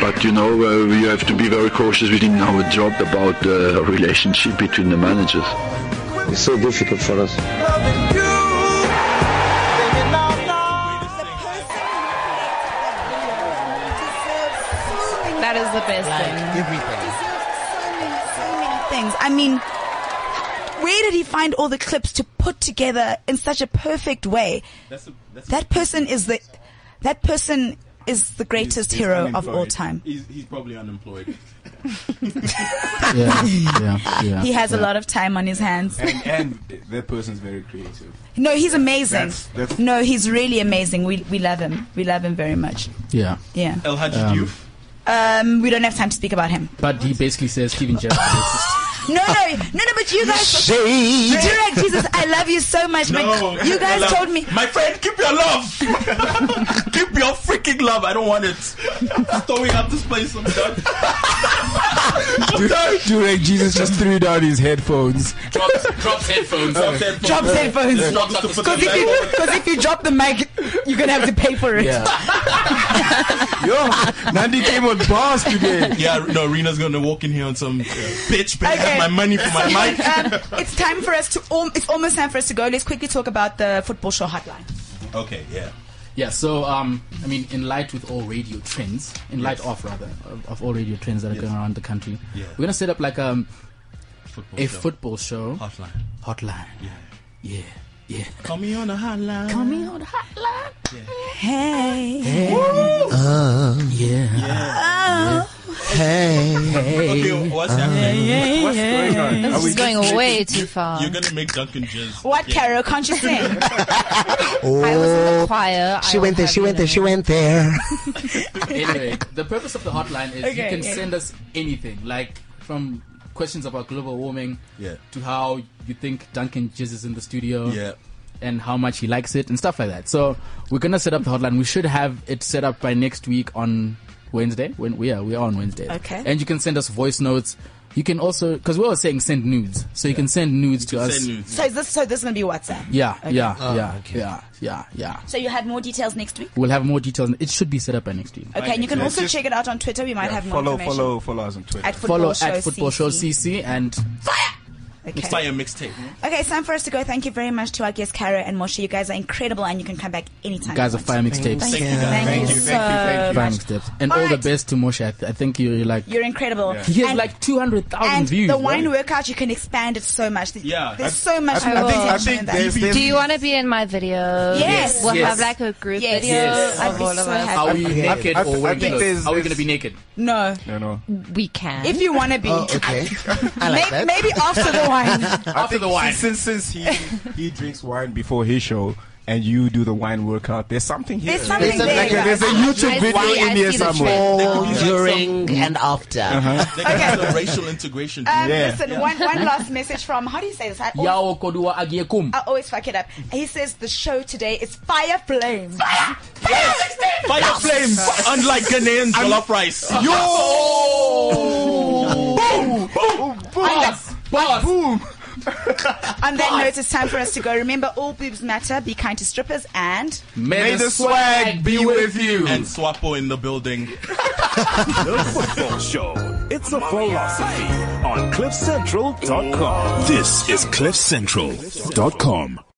[SPEAKER 16] But you know, uh, we have to be very cautious within our job about
[SPEAKER 15] uh,
[SPEAKER 16] the relationship between the managers. It's so difficult for us.
[SPEAKER 9] That is the best thing.
[SPEAKER 1] things. I mean, where did he find all the clips to put together in such a perfect way?
[SPEAKER 3] That's a- that's a-
[SPEAKER 1] that person is the that person is the greatest
[SPEAKER 3] He's
[SPEAKER 1] hero of all
[SPEAKER 3] unemployed.
[SPEAKER 1] time.
[SPEAKER 3] He's, he's probably unemployed.
[SPEAKER 2] Yeah, yeah, yeah.
[SPEAKER 1] he has a
[SPEAKER 5] yeah.
[SPEAKER 1] lot of time on his hands.
[SPEAKER 5] And, and that person's very creative.
[SPEAKER 1] no, he's amazing.
[SPEAKER 5] That's- that's-
[SPEAKER 1] no, he's really amazing. We we love him. We love him very much.
[SPEAKER 2] Yeah.
[SPEAKER 1] Yeah.
[SPEAKER 3] El Hadji
[SPEAKER 2] Um,
[SPEAKER 3] Diouf.
[SPEAKER 1] Um, we don't have time to speak about him.
[SPEAKER 2] But he basically says Steven Gerrard.
[SPEAKER 1] No, no, no, no. But you guys,
[SPEAKER 2] Shade.
[SPEAKER 1] Gerard, Jesus, I love you so much.
[SPEAKER 3] No,
[SPEAKER 1] but you guys
[SPEAKER 3] Ella,
[SPEAKER 1] told me
[SPEAKER 3] my friend, keep your love. keep your freaking love. I don't want it. Throwing out this place. I'm done.
[SPEAKER 5] Durek Jesus just threw down his headphones.
[SPEAKER 3] Drops, drops headphones. Drops headphones.
[SPEAKER 9] Drop headphones.
[SPEAKER 3] Just drops to put
[SPEAKER 9] Because
[SPEAKER 3] them
[SPEAKER 9] if,
[SPEAKER 3] back.
[SPEAKER 9] you- 'cause if you drop the mic, you're going to have to pay for it.
[SPEAKER 5] Yo, Nandi came on bars today.
[SPEAKER 3] Yeah, no, Rena's gonna walk in here on some bitch. But I have
[SPEAKER 1] Okay.
[SPEAKER 3] my money for my
[SPEAKER 1] So,
[SPEAKER 3] mic.
[SPEAKER 1] um, it's time for us to. al- it's almost time for us to go. Let's quickly talk about the football show hotline.
[SPEAKER 3] Okay, yeah.
[SPEAKER 2] Yeah, so um, I mean, in light with all radio trends, in light of rather of, of all radio trends that are going around the country,
[SPEAKER 3] Yeah.
[SPEAKER 2] we're gonna set up like um, a
[SPEAKER 3] show.
[SPEAKER 2] football show
[SPEAKER 3] hotline,
[SPEAKER 2] hotline.
[SPEAKER 3] Yeah,
[SPEAKER 2] yeah, yeah.
[SPEAKER 3] Call me on the hotline.
[SPEAKER 2] Call me
[SPEAKER 3] on the
[SPEAKER 1] Hey.
[SPEAKER 4] Uh,
[SPEAKER 2] Oh yeah.
[SPEAKER 3] Oh.
[SPEAKER 4] Hey.
[SPEAKER 3] Okay, what's happening? what's going on?
[SPEAKER 6] This is going way too far.
[SPEAKER 3] You're gonna make Duncan jizz.
[SPEAKER 1] What, Carol? Can't you sing?
[SPEAKER 6] I was in the choir.
[SPEAKER 4] Oh. She
[SPEAKER 6] I
[SPEAKER 4] went there, she went there, she went there.
[SPEAKER 2] anyway, the purpose of the hotline is
[SPEAKER 6] Okay,
[SPEAKER 2] you can
[SPEAKER 6] yeah.
[SPEAKER 2] send us anything, like from questions about global warming
[SPEAKER 3] Yeah.
[SPEAKER 2] to how you think Duncan jizzes in the studio.
[SPEAKER 3] Yeah.
[SPEAKER 2] And how much he likes it and stuff like that. So we're gonna set up the hotline. We should have it set up by next week on Wednesday. When we are, we are on Wednesday.
[SPEAKER 3] Okay.
[SPEAKER 2] And you can send us voice notes. You can also, because we were saying send nudes, so you can send nudes Ah, to us.
[SPEAKER 1] so is this so this is gonna be WhatsApp.
[SPEAKER 2] Yeah, yeah,
[SPEAKER 1] Oh,
[SPEAKER 2] yeah, yeah, yeah, yeah.
[SPEAKER 1] So you had more details next week.
[SPEAKER 2] We'll have more details. It should be set up by next week.
[SPEAKER 1] Okay, and you can also check it out on Twitter. We might have more
[SPEAKER 5] follow,
[SPEAKER 1] information.
[SPEAKER 5] follow, follow us on Twitter.
[SPEAKER 1] At Football
[SPEAKER 2] follow
[SPEAKER 1] Show
[SPEAKER 2] at football show CC and
[SPEAKER 1] Okay.
[SPEAKER 3] Fire mixtape.
[SPEAKER 1] Okay, it's time for us to go. Thank you very much to our guests, Kara and Moshe. You guys are incredible, and you can come back anytime.
[SPEAKER 2] You guys
[SPEAKER 1] you
[SPEAKER 2] are
[SPEAKER 1] want.
[SPEAKER 2] fire mixtapes.
[SPEAKER 1] Thank you. Thank you so
[SPEAKER 2] Fire
[SPEAKER 1] much.
[SPEAKER 2] mixtapes. And all the best to Moshe. I, th- I think you're, you're like.
[SPEAKER 1] You're incredible.
[SPEAKER 2] He has
[SPEAKER 1] And-
[SPEAKER 2] like 200,000
[SPEAKER 1] and
[SPEAKER 2] views.
[SPEAKER 1] the wine
[SPEAKER 2] right?
[SPEAKER 1] workout, you can expand it so much. Th-
[SPEAKER 2] Yeah,
[SPEAKER 1] there's
[SPEAKER 2] I-
[SPEAKER 1] so much.
[SPEAKER 6] I
[SPEAKER 1] more
[SPEAKER 6] think- I
[SPEAKER 1] potential
[SPEAKER 6] think
[SPEAKER 1] in that.
[SPEAKER 6] there's- Do you want to be in my video?
[SPEAKER 1] Yes.
[SPEAKER 6] We'll
[SPEAKER 2] Yes.
[SPEAKER 6] have like a group
[SPEAKER 1] Yes.
[SPEAKER 6] video
[SPEAKER 1] Yes. I'd
[SPEAKER 6] of
[SPEAKER 1] be
[SPEAKER 6] all of
[SPEAKER 1] so
[SPEAKER 6] us.
[SPEAKER 1] happy.
[SPEAKER 2] Are we
[SPEAKER 1] I- I-
[SPEAKER 2] naked
[SPEAKER 1] I-
[SPEAKER 2] or
[SPEAKER 1] I
[SPEAKER 2] wearing
[SPEAKER 1] think
[SPEAKER 2] clothes?
[SPEAKER 1] there's-
[SPEAKER 2] Are we going to be naked?
[SPEAKER 1] No,
[SPEAKER 5] No, no.
[SPEAKER 6] We can.
[SPEAKER 1] if you want to be.
[SPEAKER 2] Oh.
[SPEAKER 4] okay.
[SPEAKER 1] May- Maybe after the wine.
[SPEAKER 5] After the wine. Since, since he, he drinks wine before his show and you do the wine workout, there's something here.
[SPEAKER 1] There's something There's a- there. like a-
[SPEAKER 5] there's a
[SPEAKER 1] I
[SPEAKER 5] YouTube video
[SPEAKER 1] see- I
[SPEAKER 5] in here
[SPEAKER 1] see the
[SPEAKER 5] somewhere.
[SPEAKER 4] Before, during, and after.
[SPEAKER 3] Uh-huh. They got the racial integration.
[SPEAKER 1] Um,
[SPEAKER 3] thing.
[SPEAKER 1] Listen,
[SPEAKER 3] Yeah.
[SPEAKER 1] one, one last message from. How do you say this? I always,
[SPEAKER 2] Yao Kodua Agiekum.
[SPEAKER 1] I always fuck it up. He says the show today is Fire Flames. Fire!
[SPEAKER 3] Fire flames, unlike Ghanaians, jollof rice.
[SPEAKER 2] Yo! boom! Boom!
[SPEAKER 1] Boss!
[SPEAKER 2] Boss!
[SPEAKER 5] Boom!
[SPEAKER 1] On that note, it's time for us to go. Remember, all boobs matter. Be kind to strippers and.
[SPEAKER 3] May the swag be with you. And Swapo in the building.
[SPEAKER 14] The Football Show. It's a philosophy on CliffCentral.com. This is CliffCentral.com.